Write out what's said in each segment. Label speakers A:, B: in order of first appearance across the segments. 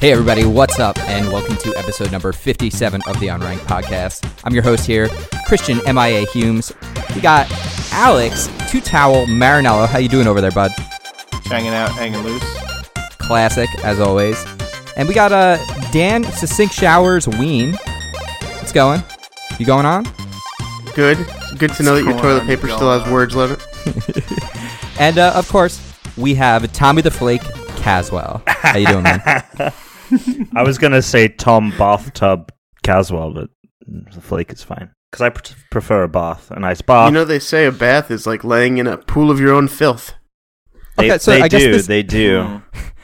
A: Hey, everybody, what's up? And welcome to episode number 57 of the Unranked Podcast. I'm your host here, Christian MIA Humes. We got Alex Two Towel Marinello. How you doing over there, bud?
B: hanging out, hanging loose.
A: Classic, as always. And we got uh, Dan Succinct Showers Ween. What's going? You going on?
C: Good. It's good to know that your
B: going on,
C: toilet paper still
B: going
C: has
B: on?
C: words on it.
A: And uh, of course, we have Tommy the Flake Caswell. How you doing, man?
D: I was gonna say Tom Bathtub Caswell, but the flake is fine because I pr- prefer a bath, a nice bath.
C: You know they say a bath is like laying in a pool of your own filth.
D: they,
A: Okay, so
D: they
A: I guess
D: do,
A: this-
D: they do.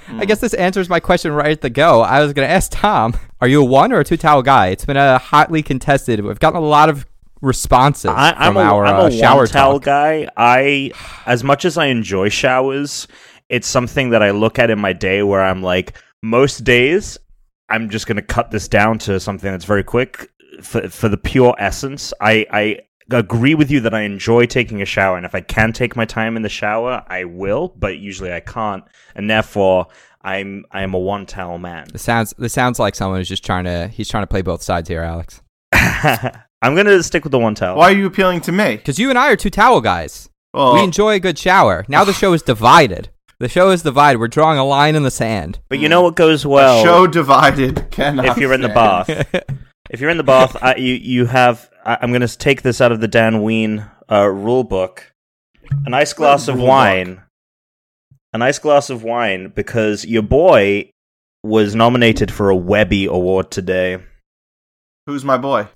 B: Mm.
A: I guess this answers my question right at the go. I was going to ask Tom, are you a one or a two towel guy? It's been a hotly contested. We've gotten a lot of responses
D: I, I'm
A: from
D: a,
A: our
D: am
A: uh,
D: a
A: shower
D: one towel
A: talk.
D: guy. I, as much as I enjoy showers, it's something that I look at in my day where I'm like, most days, I'm just gonna cut this down to something that's very quick for for the pure essence. I I agree with you that I enjoy taking a shower, and if I can take my time in the shower, I will. But usually I can't, and therefore I'm I am a one towel man.
A: This sounds this sounds like someone who's just trying to he's trying to play both sides here, Alex.
D: I'm gonna stick with the one towel.
B: Why are you appealing to me?
A: Because you and I are two towel guys.
B: Well,
D: Oh.
A: We enjoy a good shower. Now the show is divided. The show is divided. We're drawing a line in the sand.
D: But you know what goes
B: a
D: well.
B: show divided cannot.
D: if you're in the
B: stand.
D: bath. if you're in the bath, I, you you have. I, I'm going to take this out of the Dan Ween uh, rule book. A nice glass of
B: Rule book.
D: wine. A nice glass of wine because your boy was nominated for a Webby Award today.
B: who's my boy?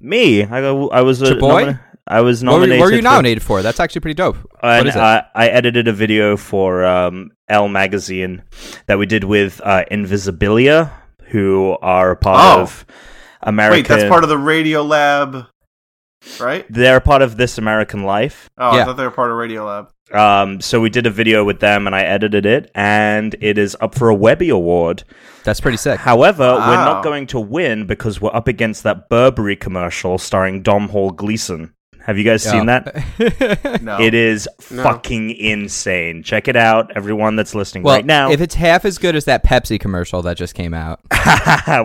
D: Me, I, go- I was a
A: Your boy?
D: I was
A: What were,
D: nominated.
A: you- what were you
D: for-
A: nominated for? That's actually pretty dope. what
D: and
A: is it?
D: I, I edited a video for um, L Magazine that we did with uh, Invisibilia, who are a part
B: Oh.
D: of American.
B: Wait, that's part of the Radio Lab, right?
D: they're a part of This American Life.
B: Oh,
A: Yeah.
B: I thought they were part of Radio Lab.
D: Um, so we did a video with them, and I edited it, and it is up for a Webby Award.
A: That's pretty sick.
D: However, we're
B: Wow.
D: not going to win because we're up against that Burberry commercial starring Dom Hall Gleason. Have you guys seen that?
A: that?
B: No,
D: It is
C: No.
D: fucking insane. Check it out, everyone that's listening
A: well,
D: right now.
A: if it's half as good as that Pepsi commercial that just came out,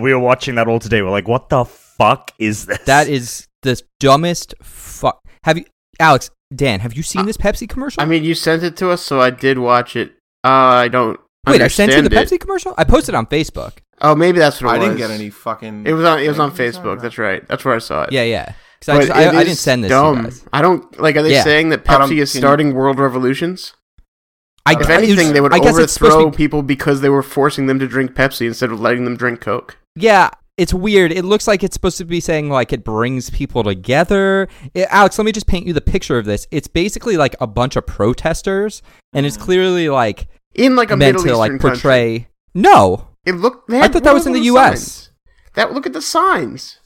D: we were watching that all today. We're like, what the fuck is this?
A: That is the dumbest fuck. Have you, Alex, Dan? Have you seen this Pepsi commercial?
C: Uh, I mean, you sent it to us, so I did watch it. Uh, I don't.
A: wait, I sent you the
C: understand
A: Pepsi
C: it.
A: commercial. I posted it on Facebook.
C: Oh, maybe that's what it
B: I
C: was.
B: didn't get any fucking.
C: It was on. It was on
B: What are you talking
C: Facebook.
B: about?
C: That's right. That's where I saw it.
A: Yeah, yeah. 'Cause I,
C: Uh, But
A: just, I,
C: it
A: I
C: is
A: didn't send this. To
C: Dumb.
A: you guys.
C: I don't like. Are they
A: Yeah.
C: saying that
B: I don't-
C: Pepsi is
B: can-
C: starting world revolutions?
A: I,
C: If
A: I-
C: anything, they would
A: I guess it's supposed
C: overthrow
A: to be-
C: people because they were forcing them to drink Pepsi instead of letting them drink Coke.
A: yeah, it's weird. It looks like it's supposed to be saying like it brings people together. I- Alex, let me just paint you the picture of this. It's basically like a bunch of protesters, and it's clearly like
C: In Oh. like a
A: meant
C: Middle
A: to
C: Eastern
A: like
C: country.
A: portray. No,
C: It looked. They
A: I
C: had
A: thought that
C: one
A: was
C: of
A: in the
C: those
A: US.
C: signs. That look at the signs.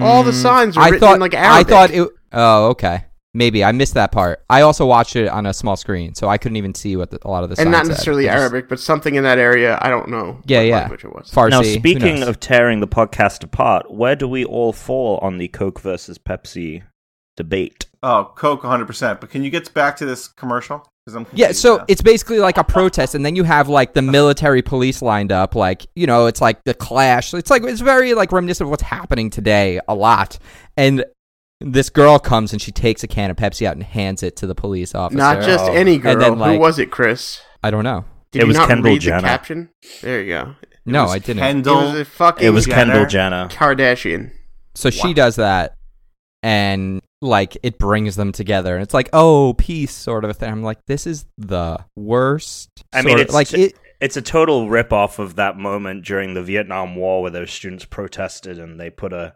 C: All the signs are
A: Mm. I
C: written
A: thought,
C: in like
A: I
C: Arabic.
A: thought it. Oh, okay. Maybe I missed that part. I also watched it on a small screen, so I couldn't even see what the, a lot of the
C: and
A: signs
C: not
A: said.
C: necessarily
A: I just-
C: Arabic, but something in that area. I don't know.
A: Yeah,
C: what
A: yeah.
C: Language it was.
A: Farsi.
D: now,
A: who
D: speaking
A: knows?
D: of tearing the podcast apart, where do we all fall on the Coke versus Pepsi debate?
B: Oh, Coke, 100. percent But can you get back to this commercial? Because I'm
A: yeah,
B: confused
A: so
B: now.
A: it's basically like a protest, and then you have like the military police lined up, like you know, it's like the clash. It's like it's very like reminiscent of what's happening today a lot. And this girl comes and she takes a can of Pepsi out and hands it to the police officer.
C: Not just
D: Oh.
C: any
D: And
C: girl.
A: then, like-
C: Who was it, Chris?
A: I don't know.
C: Did
D: It
C: you
D: was
C: not
D: Kendall
C: read
D: Jenner.
C: the caption? There you go.
A: No,
B: was
A: I didn't.
C: It was
B: Kendall.
C: a fucking
D: It was
B: Jenner.
D: Kendall Jenner.
C: Kardashian.
A: So she
B: Wow.
A: does that, and like it brings them together, and it's like oh peace sort of a thing. I'm like this is the worst.
D: I mean,
A: sort of-
D: it's
A: like
D: t-
A: it.
D: It's a total rip off of that moment during the Vietnam War where those students protested and they put a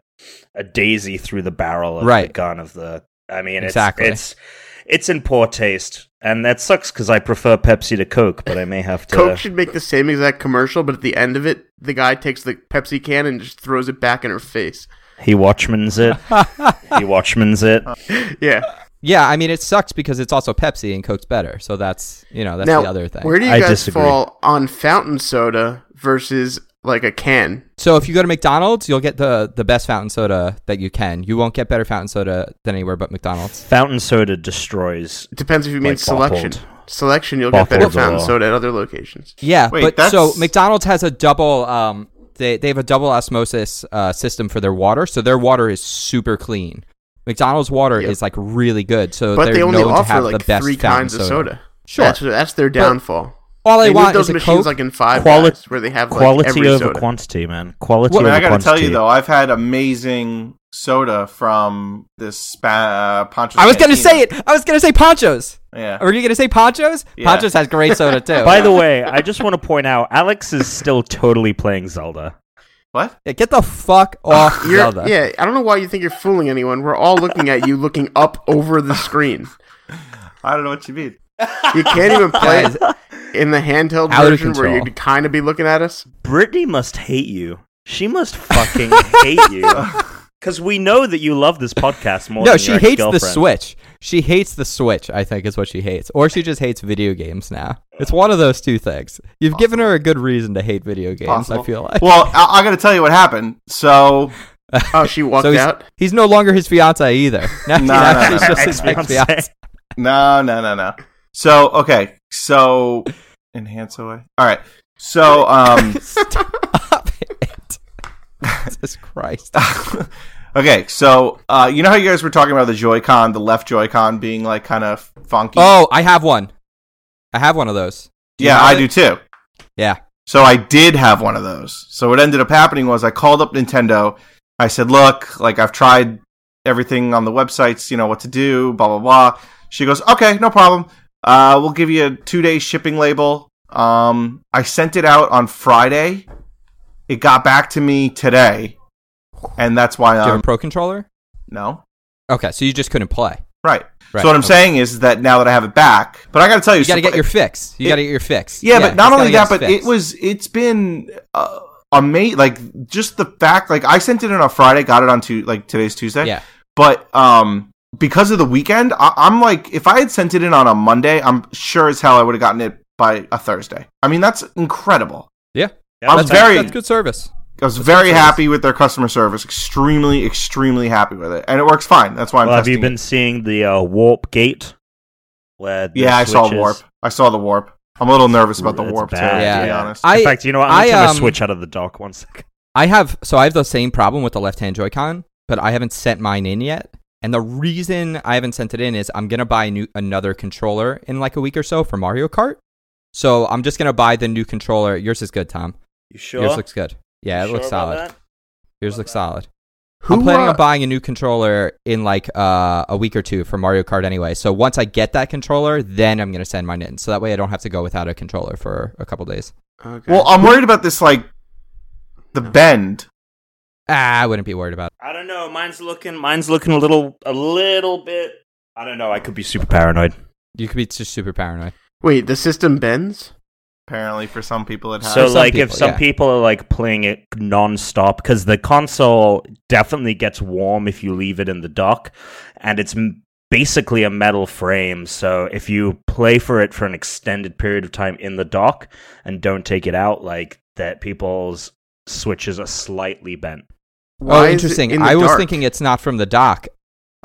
D: a daisy through the barrel of
A: Right.
D: the gun of the. I mean, it's,
A: Exactly.
D: it's it's in poor taste, and that sucks because I prefer Pepsi to Coke, but I may have to.
C: Coke should make the same exact commercial, but at the end of it, the guy takes the Pepsi can and just throws it back in her face.
D: He Watchman's it. he Watchman's it.
C: Yeah.
A: Yeah, I mean it sucks because it's also Pepsi and Coke's better. So that's you know Oh, that's
C: now,
A: the other thing.
C: where do you
D: I
C: guys
D: disagree.
C: fall on fountain soda versus like a can?
A: so if you go to McDonald's, you'll get the the best fountain soda that you can. You won't get better fountain soda than anywhere but McDonald's.
D: Fountain soda destroys.
C: Depends if you mean
D: like,
C: selection.
D: bottled.
C: selection, you'll
D: Bottles
C: get better
D: of
C: fountain
D: all.
C: soda at other locations.
A: Yeah,
B: Wait,
A: but so
B: that's-
A: McDonald's has a double. Um, they they have a double osmosis uh, system for their water, so their water is super clean. McDonald's water
C: Yep.
A: is like really good, so
C: But
A: they're
C: they only
A: known to
C: offer
A: have
C: like
A: the best
C: three
A: fountain
C: kinds of soda.
A: Sure.
C: that's, that's their downfall.
A: All I
C: they need
A: want
C: those
A: is a
C: machines
A: Coke.
C: like in five
D: Quali-
C: Guys, where they have like
D: Quality
C: every
D: over
C: soda.
D: quantity, man. Quality
A: Well,
B: I
D: over
B: gotta
D: quantity.
B: tell you though, I've had amazing soda from this spa- uh, Poncho's.
A: I was gonna
B: Cantina.
A: say it. I was gonna say ponchos.
B: Yeah.
A: Are you gonna say ponchos?
B: Yeah.
A: Ponchos has great soda too.
D: By the way, I just want to point out Alex is still totally playing Zelda.
B: What?
A: Yeah, get the fuck off
C: You're-
A: Zelda.
C: Yeah, I don't know why you think you're fooling anyone. We're all looking at you, looking up over the screen.
B: I don't know what you mean.
C: You can't even play
A: Guys,
C: in the handheld
A: Out of
C: version where
A: control.
C: you'd kind of be looking at us.
D: Brittany must hate you. She must fucking hate you. Because we know that you love this podcast more
A: no,
D: than
A: she
D: your
A: hates the
D: ex-girlfriend.
A: Switch. She hates the Switch. I think is what she hates, or she just hates video games now. It's one of those two things. You've given her a good reason to hate video games. I
B: Possible.
A: feel like.
B: Well, I, I gotta tell you what happened. So
C: Oh, she walked
A: he's,
C: out.
A: he's no longer his fiance either. Now he's
B: No, no,
A: actually
B: no.
A: just his
D: Ex-fiancé.
A: ex-fiance.
B: no, no, no, no. So okay, so enhance away. All right. So um.
A: Stop it. Jesus Christ.
B: okay, so uh, you know how you guys were talking about the Joy-Con, the left Joy-Con being like kind of funky.
A: Oh, I have one. I have one of those. Do you
B: yeah,
A: have
B: I
A: it?
B: do too.
A: Yeah.
B: So I did have one of those. So what ended up happening was I called up Nintendo. I said, "Look, like I've tried everything on the websites, you know what to do, blah blah blah." She goes, "Okay, no problem. Uh, we'll give you a two-day shipping label." Um, I sent it out on Friday. It got back to me today, and that's why
A: Do you have
B: I'm
A: a pro controller?
B: no.
A: Okay, so you just couldn't play.
B: Right.
A: Right,
B: So what I'm
A: okay.
B: saying is that now that I have it back, but I got to tell you,
A: You got to
B: so-
A: get your fix. You
B: it-
A: got to get your fix.
B: yeah, but not
A: he's
B: only
A: gotta
B: that,
A: get
B: but
A: his
B: it
A: fix.
B: was it's been uh, amazing. Like just the fact, like I sent it in on Friday, got it on to like today's Tuesday.
A: Yeah.
B: But um, because of the weekend, I- I'm like, if I had sent it in on a Monday, I'm sure as hell I would have gotten it by a Thursday. I mean, that's incredible.
A: Yeah.
B: I was
A: That's,
B: very
A: that's good service.
B: I was very
A: service.
B: happy with their customer service. Extremely, extremely happy with it, and it works fine. That's why I'm.
D: Well, have
B: testing
D: you been
B: It.
D: seeing the uh, warp gate? Where the
B: Yeah, I saw
D: switch is-
B: warp. I saw the warp. I'm a little nervous about the
D: It's
B: warp too.
D: bad,
B: To
A: Yeah.
B: be honest.
A: I-
D: In fact, you know what? I'm
A: I,
D: gonna
A: um,
D: take my switch out of the dock one second.
A: I have so I have the same problem with the left hand Joy-Con, but I haven't sent mine in yet. And the reason I haven't sent it in is I'm gonna buy a new another controller in like a week or so for Mario Kart. So I'm just gonna buy the new controller. Yours is good, Tom.
D: You sure?
A: Yours looks good. Yeah, it looks solid. Yours
D: About
A: looks
D: that?
A: solid.
C: Who,
A: I'm planning
C: uh,
A: on buying a new controller in like uh, a week or two for Mario Kart anyway. So once I get that controller, then I'm gonna send mine in. So that way I don't have to go without a controller for a couple days.
C: okay.
B: Well, I'm worried about this like the bend.
A: Ah, I wouldn't be worried about it.
D: I don't know. Mine's looking. Mine's looking a little, a little bit. I don't know. I could be super paranoid.
A: You could be just super paranoid.
C: Wait, the system bends?
B: Apparently, for some people, it has.
D: So,
A: Uh-huh. some
D: like, if
A: people,
D: some
A: yeah.
D: people are like playing it non-stop, because the console definitely gets warm if you leave it in the dock, and it's m- basically a metal frame. So, if you play for it for an extended period of time in the dock and don't take it out, like that, people's switches are slightly bent.
A: oh,
C: Why is it
A: interesting.
C: in the
A: I was
C: dark?
A: thinking it's not from the dock.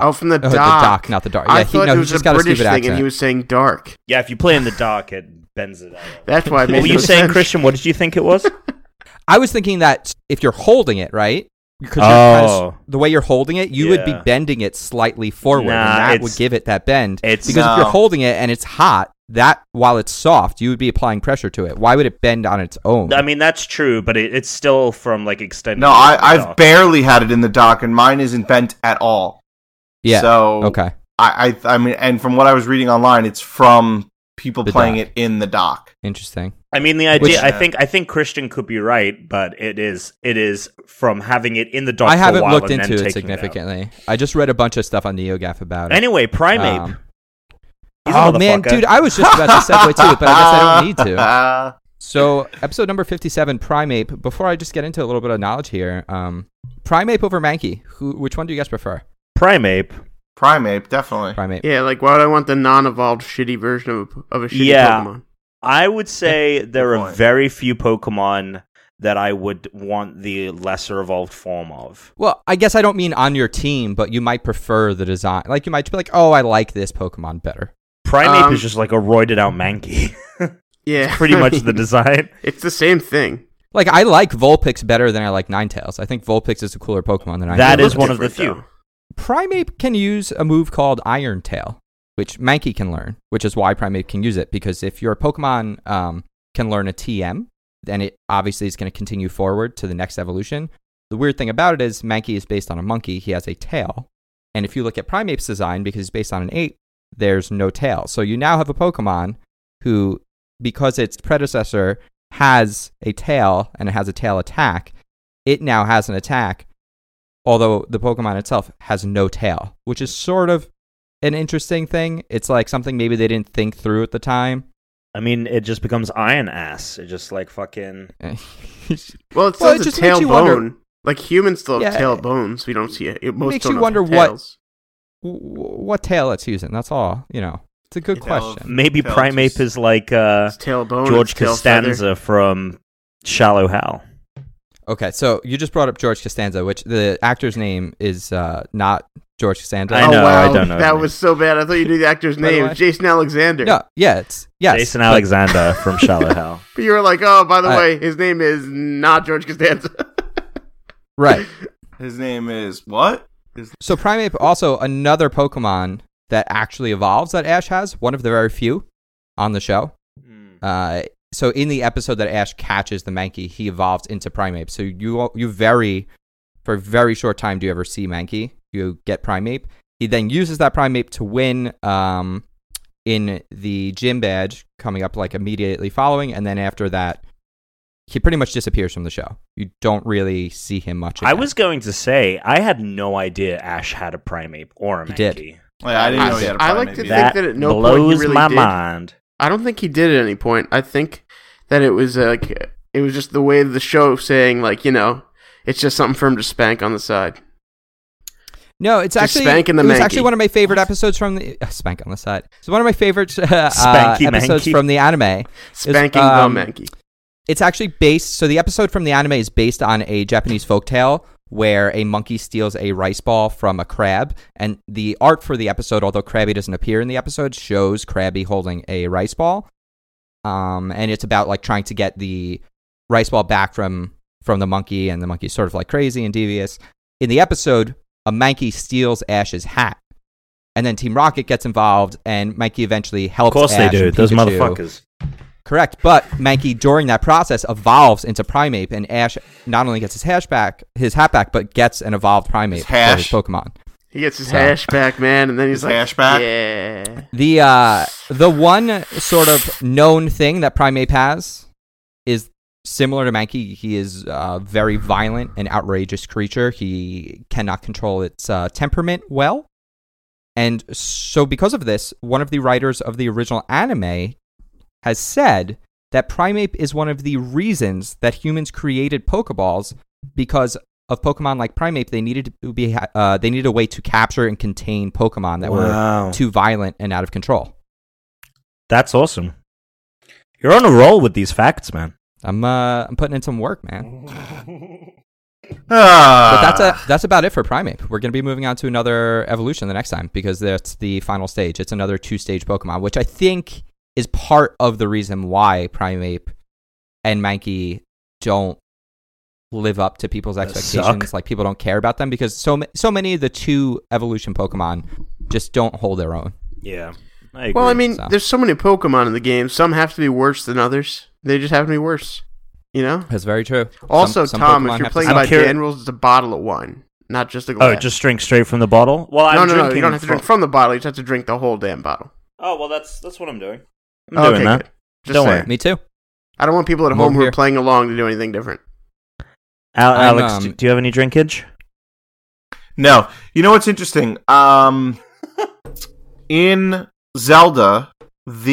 C: Oh, from the
A: Oh,
C: dock.
A: the dock, not the dark.
C: I
A: Yeah, he-
C: thought
A: no,
C: it
A: he's
C: was
A: just
C: a
A: got a
C: British thing,
A: stupid
C: and
A: accent.
C: he was saying dark.
D: Yeah, if you play in the dock, it bends it out.
C: That's why. It
D: What
C: made
D: were
C: no
D: you saying,
C: sense.
D: Christian? What did you think it was?
A: I was thinking that if you're holding it right, because
D: Oh.
A: the way you're holding it, you would be
D: Yeah.
A: bending it slightly forward,
D: Nah,
A: and that
D: it's-
A: would give it that bend.
D: it's-
A: because if
B: No.
A: you're holding it and it's hot, that while it's soft, you would be applying pressure to it. Why would it bend on its own?
D: I mean, that's true, but it, it's still from like extended.
B: No, I,
D: dock.
B: I've barely had it in the dock, and mine isn't bent at all.
A: yeah.
B: So
A: okay.
B: I, I, I mean, and from what I was reading online, it's from people
A: The
B: playing
A: dock.
B: it in the dock.
A: Interesting.
D: I mean, the idea.
A: Which-
D: I think I think Christian could be right, but it is it is from having it in the dock.
A: I
D: for a
A: haven't
D: while
A: looked
D: and then
A: into it
D: taking out.
A: significantly. I just read a bunch of stuff on NeoGAF about it.
D: Anyway, Primeape.
A: Um,
D: He's a
A: oh man,
D: motherfucker.
A: dude, I was just about to segue to it, but I guess I don't need to.
B: Uh,
A: So, episode number 57, Primeape. Before I just get into a little bit of knowledge here, um, Primeape over Mankey. Who, which one do you guys prefer?
D: Primeape.
B: Primeape, definitely.
A: Primeape.
C: Yeah, like why would I want the non-evolved shitty version of of a shitty
D: Yeah.
C: Pokemon?
D: I would say there are
B: point.
D: very few Pokemon that I would want the lesser evolved form of.
A: Well, I guess I don't mean on your team, but you might prefer the design. Like, you might be like, oh, I like this Pokemon better.
D: Primate
C: Um,
D: is just like a roided out manky.
C: Yeah,
D: Pretty much the design.
C: it's the same thing.
A: Like I like Vulpix better than I like Ninetales. I think Vulpix is a cooler Pokemon than Ninetales.
D: That
C: They
D: is
C: look
D: one of the
C: different,
D: few.
A: Primate can use a move called Iron Tail, which Mankey can learn, which is why Primate can use it. Because if your Pokemon um, can learn a TM, then it obviously is going to continue forward to the next evolution. The weird thing about it is Mankey is based on a monkey, he has a tail. And if you look at Primate's design, because it's based on an ape, there's no tail. So you now have a Pokemon who, because its predecessor has a tail and it has a tail attack, it now has an attack although the Pokemon itself has no tail, which is sort of an interesting thing. It's like something maybe they didn't think through at the time.
D: I mean, it just becomes iron ass. It just like fucking.
A: makes
C: Well, it still
A: Well, it
C: has a
A: just makes
C: tail
A: you
C: bone.
A: wonder-
C: Like humans still have
A: Yeah.
C: tail bones. We don't see it. it most
A: makes
C: don't
A: you
C: have
A: wonder what-
C: tails.
A: what tail it's using. That's all. You know, it's a good
B: It
A: question.
D: Maybe
B: Tail
D: Primate
B: just-
D: is like uh,
C: It's tail bone.
D: George
C: it's tail
D: Costanza
C: feather.
D: from Shallow Hal.
A: Okay, so you just brought up George Costanza, which the actor's name is uh, not George Costanza.
D: I
C: oh
D: know, I
C: wow,
D: don't know his
C: that
D: name.
C: was so bad. I thought you knew the actor's
A: By the
C: name,
A: way-
C: Jason Alexander.
A: No, yeah, it's yes,
D: Jason
A: but-
D: Alexander from Shallow Hal.
C: But you were like, oh, by the
A: I-
C: way, his name is not George Costanza.
A: right.
B: His name is what?
A: So Primeape also another Pokemon that actually evolves that Ash has, one of the very few on the show.
D: Hmm.
A: Uh, so in the episode that Ash catches the Mankey, he evolves into Primeape. So you you very for a very short time do you ever see Mankey? You get Primeape. He then uses that Primeape to win um, in the gym badge coming up like immediately following, and then after that, he pretty much disappears from the show. You don't really see him much.
D: I
A: again.
D: was going to say I had no idea Ash had a primate or a
A: He
D: monkey.
A: did.
B: Like, I didn't know he had a
C: I
B: primate.
C: like to
B: either.
C: think
D: That,
C: that at no point he
D: blows
C: really
D: my
C: did.
D: mind.
C: I don't think he did at any point. I think that it was uh, like it was just the way of the show saying like you know it's just something for him to spank on the side.
A: No, it's
C: Just
A: actually
C: spanking the
A: it was
C: manky.
A: actually one of my favorite episodes from the uh, spank on the side. It's one of my favorite uh,
D: Spanky
A: episodes
D: manky.
A: from the anime.
C: Spanking
A: um,
C: the manky.
A: It's actually based. So the episode from the anime is based on a Japanese folktale where a monkey steals a rice ball from a crab, and the art for the episode, although Krabby doesn't appear in the episode, shows Krabby holding a rice ball. Um, and it's about like trying to get the rice ball back from from the monkey, and the monkey's sort of like crazy and devious. In the episode, a monkey steals Ash's hat. And then Team Rocket gets involved, and Mikey eventually
D: Of
A: helps.
D: course
A: Ash
D: they do.
A: and
D: Those
A: Pikachu.
D: motherfuckers.
A: Correct. But Mankey, during that process, evolves into Primeape, and Ash not only gets his hash back, his hat back, but gets an evolved Primeape
B: His
A: for his
B: hash.
A: Pokemon.
C: He gets his
A: so-
C: hash back, man, and then he's
B: His
C: like,
B: hash back?
C: yeah.
A: The uh, the one sort of known thing that Primeape has is similar to Mankey. He is a very violent and outrageous creature. He cannot control its uh, temperament well. And so, because of this, one of the writers of the original anime has said that Primeape is one of the reasons that humans created Pokeballs because of Pokemon like Primeape. They needed to be uh, they needed a way to capture and contain Pokemon that were
D: Wow.
A: too violent and out of control.
D: That's awesome. You're on a roll with these facts, man.
A: I'm uh, I'm putting in some work, man. But
B: Ah,
A: that's a, that's about it for Primeape. We're gonna be moving on to another evolution the next time because that's the final stage. It's another two stage Pokemon, which I think is part of the reason why Primeape and Mankey don't live up to people's expectations.
D: suck.
A: Like people don't care about them because so ma- so many of the two evolution Pokemon just don't hold their own.
D: Yeah. I agree.
C: Well, I mean,
A: so.
C: there's so many Pokemon in the game. Some have to be worse than others. They just happen to be worse. You know.
A: That's very true.
C: Also, Tom, if you're playing by
D: I'm curi-
C: Dan rules, it's a bottle of wine, not just a
D: oh,
C: glass.
D: just drink straight from the bottle. Well,
C: no,
D: I'm
C: no,
D: drinking.
C: no. You don't have to
D: from-
C: drink from the bottle. You just have to drink the whole damn bottle.
D: Oh, well, that's that's what I'm doing. I'm
C: Okay,
D: doing that.
C: good. Just
D: Don't worry.
C: saying.
A: me too.
C: I don't want people at
A: I'm
C: home
A: over
C: who are
A: here.
C: playing along to do anything different.
D: Al-
A: I'm,
D: Alex,
A: um,
D: do- do you have any drinkage?
B: no. You know what's interesting? Um, in Zelda,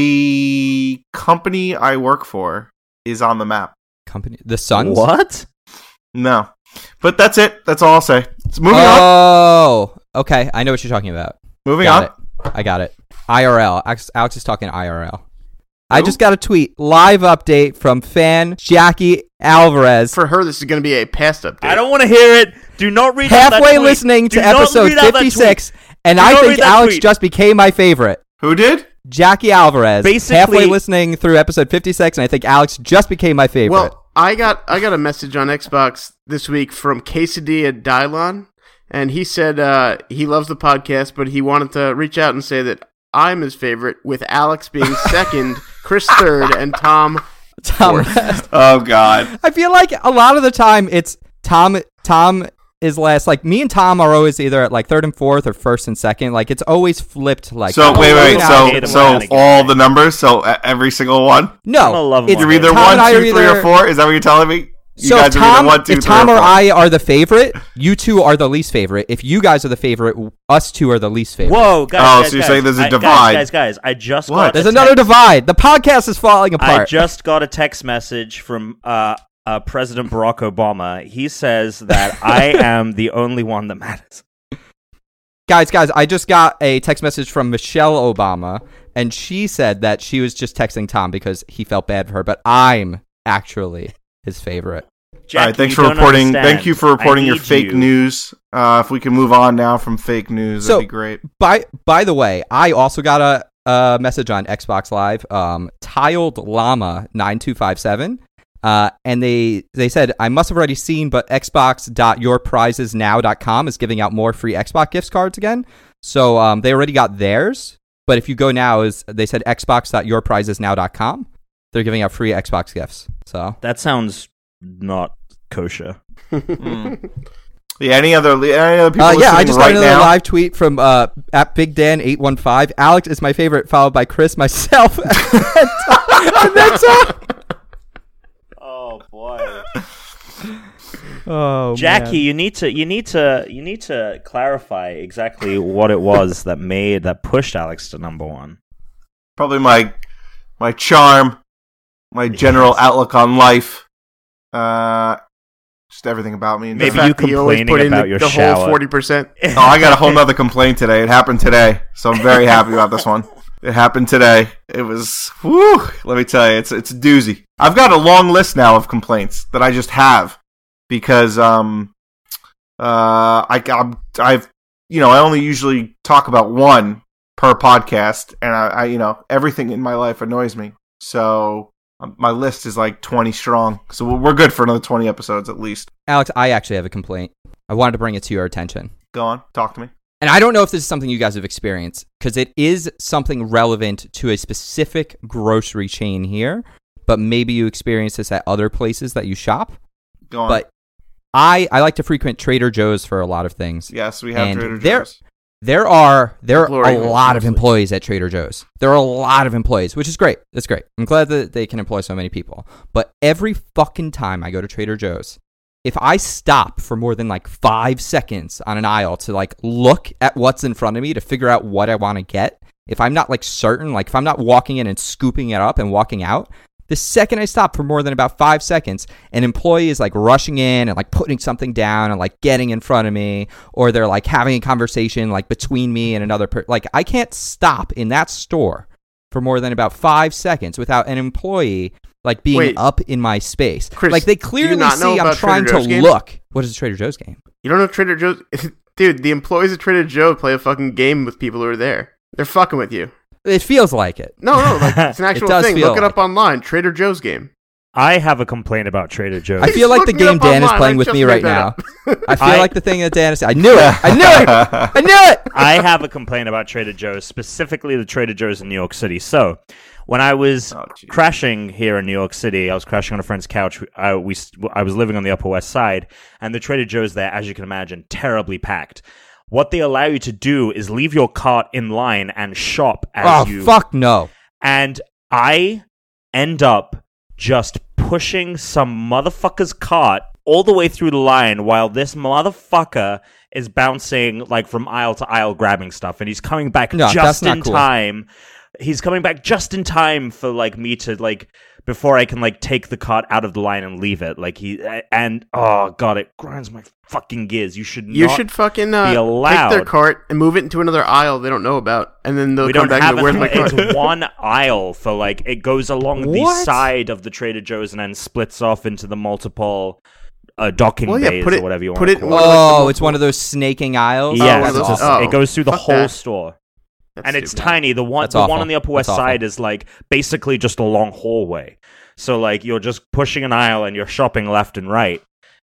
B: the company I work for is on the map.
A: Company the Suns.
D: What?
B: No, but that's it. That's all I'll say. It's moving on.
A: Oh, okay. I know what you're talking about.
B: Moving
A: Got
B: on.
A: it. I got it. IRL. Alex, Alex is talking IRL. I just got a tweet. Live update from fan Jackie Alvarez.
C: For her, this is going to be a past update.
D: I don't want to hear it. Do not read out that
A: halfway
D: tweet.
A: listening
D: Do
A: to
D: not
A: episode
D: read out that tweet.
A: 56, and
D: Do
A: I
D: not
A: think
D: read that
A: Alex
D: tweet.
A: just became my favorite.
B: Who did?
A: Jackie Alvarez.
D: Basically-
A: halfway listening through episode 56, and I think Alex just became my favorite.
C: Well, I got I got a message on Xbox this week from Quesadilla Dylon, and he said uh, he loves the podcast, but he wanted to reach out and say that I'm his favorite, with Alex being second, Chris third, and Tom.
A: Tom West.
B: Oh God.
A: I feel like a lot of the time it's Tom. Tom is last. Like me and Tom are always either at like third and fourth or first and second. Like it's always flipped. Like
B: So wait, wait.
D: Hate
B: So
D: him
B: so
D: when I-
B: all the numbers. So uh, every single one.
A: no,
D: I'm gonna love him
A: it's
D: one
B: You're either
A: Tom
B: one,
A: and I
B: two,
A: are
B: three,
A: either-
B: or four. Is that what you're telling me? You
A: so
B: guys are
A: Tom,
B: either one, two,
A: if
B: three,
A: Tom or
B: four.
A: I are the favorite, you two are the least favorite. If you guys are the favorite, us two are the least favorite.
D: Whoa, guys!
B: Oh,
D: guys,
B: so you're
D: guys,
B: saying there's a
D: I- guys,
B: divide.
D: guys, guys, I just
B: What?
D: got
A: There's
D: a
A: another
D: text-
A: divide. The podcast is falling apart.
D: I just got a text message from uh, uh, President Barack Obama. He says that I am the only one that matters.
A: guys, guys, I just got a text message from Michelle Obama, and she said that she was just texting Tom because he felt bad for her, but I'm actually his favorite.
D: Jackie,
B: all right, thanks
D: you
B: for
D: don't
B: reporting.
D: understand.
B: Thank you for reporting
D: I
B: your
D: need
B: fake
D: you.
B: news. Uh, if we can move on now from fake news,
A: So-
B: that'd be great.
A: By by the way, I also got a, a message on Xbox Live, um, tiled llama nine two five seven. Uh, and they, they said, I must have already seen, but xbox.yourprizesnow.com is giving out more free Xbox gift cards again. So um, they already got theirs. But if you go now, is they said xbox.yourprizesnow.com. They're giving out free Xbox gifts. So
D: That sounds not kosher.
B: Yeah, any other any other people?
A: Uh, yeah, I
B: listening
A: just
B: right
A: got another
B: now?
A: live tweet from uh, at Big Dan eight one five. Alex is my favorite, followed by Chris, myself, and uh, that's all.
D: Oh boy,
A: Oh,
D: Jackie, you need to you need to you need to clarify exactly what it was that made that pushed Alex to number one.
B: Probably my my charm, my general
D: Yes.
B: outlook on life, uh, just everything about me.
D: Maybe
B: Just-
D: you complaining about
C: the,
D: your
C: the whole
D: shower.
C: forty percent.
B: oh, I got a whole nother complaint today. It happened today, so I'm very happy about this one. It happened today. It was whew, Let me tell you, it's it's a doozy. I've got a long list now of complaints that I just have because um uh I I'm, I've you know I only usually talk about one per podcast, and I, I you know everything in my life annoys me. So um, my list is like 20 strong. So we're good for another 20 episodes at least.
A: Alex, I actually have a complaint. I wanted to bring it to your attention.
B: Go on, talk to me.
A: And I don't know if this is something you guys have experienced because it is something relevant to a specific grocery chain here, but maybe you experience this at other places that you shop.
B: Go on.
A: But I, I like to frequent Trader Joe's for a lot of things.
B: yes, we have
A: and
B: Trader
A: there-
B: Joe's.
A: There are there are
C: Glory
A: a
C: holes,
A: lot of
D: mostly.
A: employees at Trader Joe's. There are a lot of employees, which is great. That's great. I'm glad that they can employ so many people. But every fucking time I go to Trader Joe's, if I stop for more than like 5 seconds on an aisle to like look at what's in front of me to figure out what I want to get, if I'm not like certain, like if I'm not walking in and scooping it up and walking out, the second I stop for more than about five seconds, an employee is like rushing in and like putting something down and like getting in front of me, or they're like having a conversation like between me and another person. Like, I can't stop in that store for more than about five seconds without an employee like being
C: Wait.
A: up in my space.
C: Chris,
A: like, they
C: do you
A: clearly
C: not know
A: see I'm
C: about
A: trying
C: Trader Joe's
A: to
C: games?
A: look. What is a Trader Joe's game?
C: You don't know Trader Joe's, dude. The employees at Trader Joe play a fucking game with people who are there. They're fucking with you.
A: It feels like it.
C: No, no, like it's an
A: It
C: actual
A: does
C: thing.
A: feel
C: Look it
A: like
C: up online. Trader Joe's game.
D: I have a complaint about Trader Joe's.
A: I feel like the
C: Just looking
A: game
C: it up
A: Dan is
C: online.
A: playing
C: I
A: with
C: just
A: me
C: made
A: right now.
C: that up.
A: I feel
D: I-
A: like the thing that Dan is. I knew it. I knew it. I knew it.
D: I have a complaint about Trader Joe's, specifically the Trader Joe's in New York City. So, when I was
B: Oh, geez.
D: crashing here in New York City, I was crashing on a friend's couch. We- I, we, I was living on the Upper West Side, and the Trader Joe's there, as you can imagine, terribly packed. What they allow you to do is leave your cart in line and shop as
A: Oh
D: you
A: fuck no.
D: and I end up just pushing some motherfucker's cart all the way through the line while this motherfucker is bouncing like from aisle to aisle grabbing stuff and he's coming back
A: No, that's
D: just
A: not
D: in
A: cool.
D: time he's coming back just in time for like me to like before i can like take the cart out of the line and leave it like he and oh god it grinds my fucking gears you should
C: You
D: not
C: should fucking uh,
D: be
C: take their
D: allowed.
C: cart and move it into another aisle they don't know about, and then they'll
D: we
C: come
D: don't
C: back
D: have
C: and where's my
D: an,
C: cart?
D: it's one aisle for like it goes along the
A: What?
D: side of the Trader Joe's and then splits off into the multiple uh, docking
C: Well, yeah,
D: bays
C: put it-
D: or whatever you
C: put
D: want
C: it
D: to
C: in
D: call
C: one-
D: it.
A: Oh, it's one of those snaking aisles.
D: yeah,
C: one
A: that's
C: of those-
A: awesome.
C: oh.
D: it goes through the
C: Fuck
D: whole
C: that.
D: store.
C: That's
D: and it's
C: stupid.
D: tiny. The one,
A: That's
D: the
A: awful.
D: one on the Upper West
A: That's awful.
D: Side is like basically just a long hallway. So like you're just pushing an aisle and you're shopping left and right,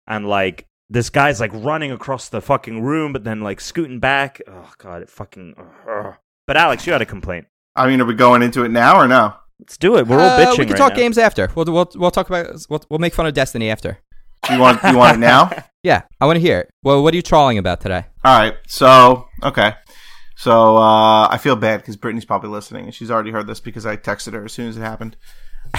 D: and like this guy's like running across the fucking room, but then like scooting back. Oh god, it fucking. ugh. But Alex, you had a complaint.
B: I mean, are we going into it now or no?
D: Let's do it. We're all
A: Uh,
D: bitching
A: We can
D: right
A: talk
D: now.
A: games after. We'll, we'll we'll talk about we'll, we'll make fun of Destiny after.
B: You want you want it now?
A: Yeah, I want to hear it. Well, what are you trawling about today?
B: All right. So okay. So uh, I feel bad because Brittany's probably listening and she's already heard this because I texted her as soon as it happened.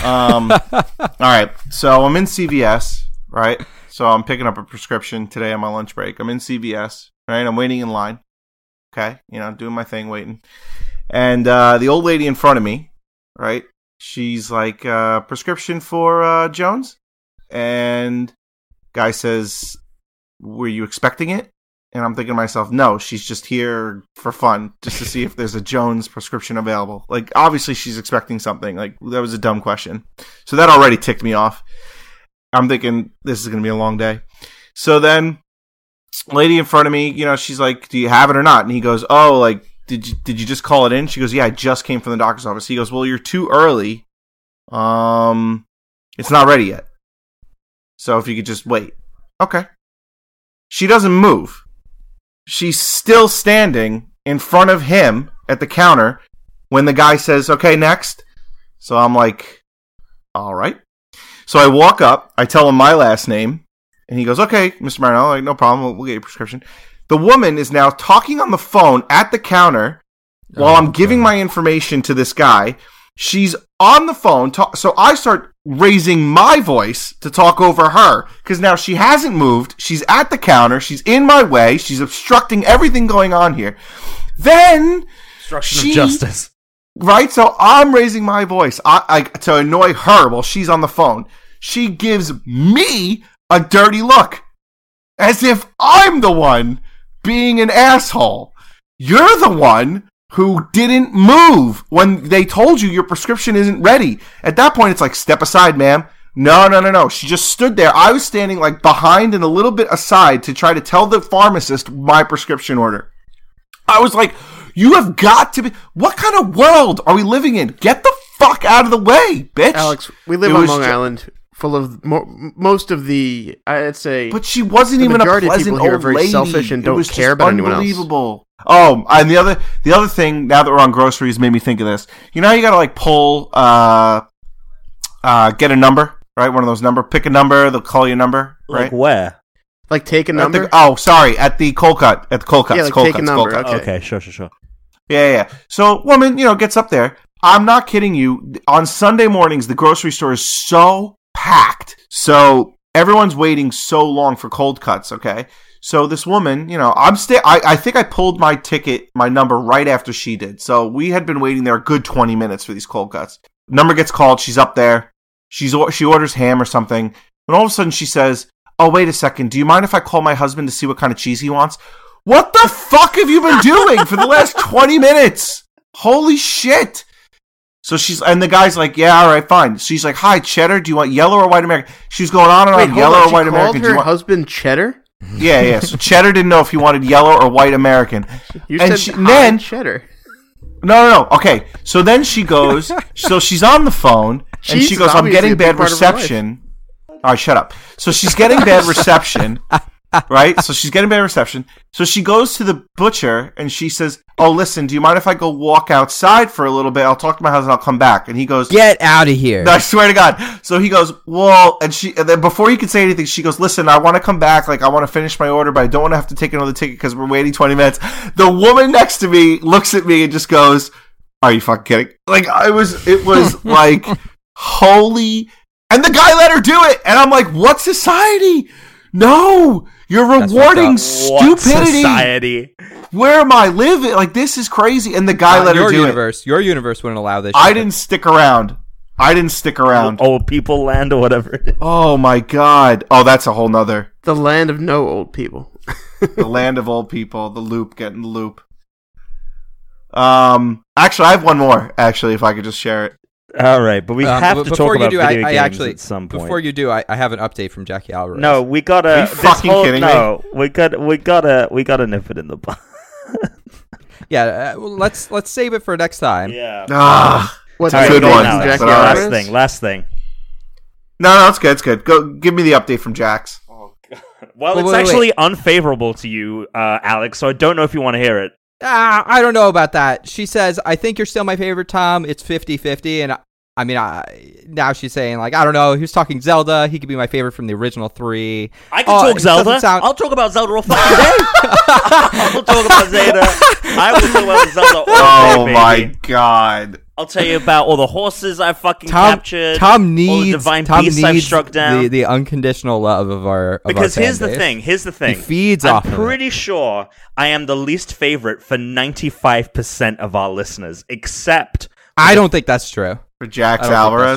B: Um, all right. So I'm in CVS, right? So I'm picking up a prescription today on my lunch break. I'm in CVS, right? I'm waiting in line. Okay, you know, doing my thing, waiting. And uh, the old lady in front of me, right? She's like, uh, prescription for uh, Jones. And guy says, "Were you expecting it?" And I'm thinking to myself, no, she's just here for fun, just to see if there's a Jones prescription available. Like, obviously, she's expecting something. Like, that was a dumb question. So that already ticked me off. I'm thinking, this is going to be a long day. So then, lady in front of me, you know, she's like, do you have it or not? And he goes, oh, like, did you, did you just call it in? She goes, yeah, I just came from the doctor's office. He goes, well, you're too early. Um, it's not ready yet. So if you could just wait. Okay. She doesn't move she's still standing in front of him at the counter when the guy says, okay, next. So I'm like, all right. So I walk up, I tell him my last name, and he goes, okay, Mr. Marinello, like, no problem, we'll, we'll get your prescription. The woman is now talking on the phone at the counter
D: Oh,
B: while I'm giving my information to this guy. She's on the phone, ta- so I start raising my voice to talk over her because now she hasn't moved. She's at the counter, she's in my way, she's obstructing everything going on here. Then
D: Obstruction
B: She-
D: of justice.
B: Right? So I'm raising my voice I, I, to annoy her while she's on the phone. She gives me a dirty look as if I'm the one being an asshole. You're the one who didn't move when they told you your prescription isn't ready. At that point, it's like, step aside, ma'am. No, no, no, no. She just stood there. I was standing like behind and a little bit aside to try to tell the pharmacist my prescription order. I was like, you have got to be. What kind of world are we living in? Get the fuck out of the way, bitch.
C: Alex, we live
B: It
C: on
B: was
C: Long
B: ju-
C: Island, full of mo- most of the. I'd say.
B: But she wasn't
C: The
B: even a
C: majority of
B: pleasant
C: people here are
B: old
C: very
B: lady.
C: selfish and
B: It
C: don't
B: was just
C: care about anyone else.
B: Unbelievable. Oh, and the other the other thing now that we're on groceries made me think of this. You know how you gotta like pull uh uh get a number, right? One of those number, pick a number, they'll call you a number,
D: Like
B: right?
D: where?
C: like take a
B: At the-
C: number.
B: oh, sorry, at the cold cut, at the cold cuts,
C: Yeah, like,
B: cold
C: take a
B: cuts,
C: number,
B: cold cuts.
D: Okay.
C: Okay.
D: sure, sure, sure.
B: Yeah, yeah, yeah. So, woman, you know, gets up there. I'm not kidding you. On Sunday mornings, the grocery store is so packed. So, everyone's waiting so long for cold cuts, okay? So, this woman, you know, I'm still, I, I think I pulled my ticket, my number right after she did. So, we had been waiting there a good 20 minutes for these cold cuts. Number gets called. She's up there. She's, or- she orders ham or something. And all of a sudden, she says, Oh, wait a second. Do you mind if I call my husband to see what kind of cheese he wants? What the fuck have you been doing for the last 20 minutes? Holy shit. So she's, and the guy's like, yeah, all right, fine. She's like, hi, cheddar. Do you want yellow or white American? She's going on and
C: Wait,
B: on,
C: hold
B: yellow
C: on.
B: or
C: Oh, She
B: white
C: called
B: American. Do
C: her
B: you want-
C: husband Cheddar.
B: yeah, yeah. So cheddar didn't know if he wanted yellow or white American.
C: You
B: And
C: said
B: she-
C: hi,
B: then-
C: Cheddar.
B: No, no, no. Okay. So then she goes. so she's on the phone and
C: Cheese
B: she
C: is
B: goes, I'm
C: obviously
B: getting
C: a big
B: bad
C: part of her life."
B: reception. All right, shut up. So she's getting bad reception, right? So she's getting bad reception. So she goes to the butcher and she says, Oh, listen, do you mind if I go walk outside for a little bit? I'll talk to my husband. I'll come back. And he goes,
A: Get out of here.
B: I swear to God. So he goes, well, and she, and then before he could say anything, she goes, listen, I want to come back. Like, I want to finish my order, but I don't want to have to take another ticket because we're waiting 20 minutes. The woman next to me looks at me and just goes, are you fucking kidding? Like, I was, it was like, holy. And the guy let her do it. And I'm like, what society? No, you're
A: That's fucked up.
B: rewarding
D: What
B: stupidity.
D: society?
B: Where am I living? Like, this is crazy. And the guy
A: Uh,
B: let her
A: your
B: do it.
A: universe, your universe wouldn't allow this.
B: I
A: shit.
B: didn't stick around. I didn't stick
A: Oh,
B: around.
D: Old people land or whatever it is.
B: Oh my god. Oh, that's a whole nother.
C: The land of no old people.
B: The land of old people, the loop getting the loop. Um actually I have one more, actually, if I could just share it.
D: All right, but we
A: Um,
D: have
A: but
D: to
A: before
D: talk
A: you
D: about
A: do,
D: video
A: I-
D: games
A: I actually-
D: at some point.
A: Before you do, I, I have an update from Jackie Alvarez.
D: no, we gotta.
B: Are you
D: this
B: fucking
D: whole-
B: kidding me?
D: no, we got, we gotta, we gotta nip it in the bud.
A: yeah, uh, well, let's let's save it for next time.
D: Yeah.
B: Ah,
C: What's
B: All right,
C: going
B: go
C: on,
B: now,
C: Jack
B: but all right.
D: last
C: Alvarez?
D: thing. Last thing.
B: no, no, it's good. It's good. Go give me the update from Jax.
D: Oh, Well,
A: Wait,
D: it's
A: wait, wait.
D: actually unfavorable to you, uh, Alex. So I don't know if you want to hear it.
A: Ah, I don't know about that. She says, I think you're still my favorite, Tom. It's 50 50. And I, I mean, I, now she's saying, like, I don't know. He was talking Zelda. He could be my favorite from the original three.
D: I can
A: Oh, it
D: talk
A: doesn't
D: Zelda.
A: sound-
D: I'll talk about Zelda all fucking day. I'll talk about Zelda. I will talk about Zelda all day,
B: Oh
D: baby.
B: my god.
D: I'll tell you about all the horses I fucking
A: Tom,
D: captured.
A: Tom
D: all the
A: needs,
D: divine
A: Tom
D: beasts
A: needs
D: I've struck down.
A: The, the unconditional love of our. Of
D: because
A: our fan
D: here's the
A: base.
D: thing. Here's the thing.
A: feeds
D: I'm
A: off of it.
D: pretty sure I am the least favorite for 95% of our listeners, except
A: I don't think that's true.
B: For Jax
A: I don't think that's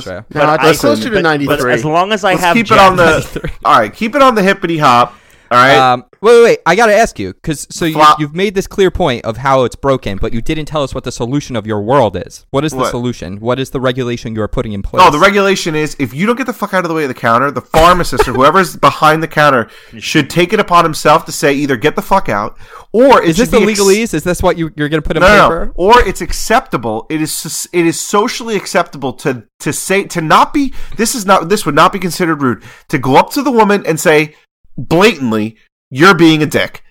B: Alvarez.
A: true.
C: No, it's
B: listen,
C: closer to
B: but-
C: ninety
D: but as
C: three.
D: long as I
B: Let's
D: have
B: keep it
D: Jack-
B: on the. all right, keep it on the hippity hop. All right.
A: Um, wait, wait, wait. I got to ask you because so you,
B: Flop.
A: you've made this clear point of how it's broken, but you didn't tell us what the solution of your world is. What is the
B: What?
A: solution? What is the regulation you're putting in place?
B: No, the regulation is if you don't get the fuck out of the way of the counter, the pharmacist or whoever's behind the counter should take it upon himself to say either get the fuck out or it
A: is this
B: should
A: the
B: be ex-
A: legalese? Is this what you, you're going to put in
B: No, no,
A: paper?
B: no. Or it's acceptable. It is soc- it is socially acceptable to to say to not be. This is not. This would not be considered rude to go up to the woman and say blatantly, "You're being a dick.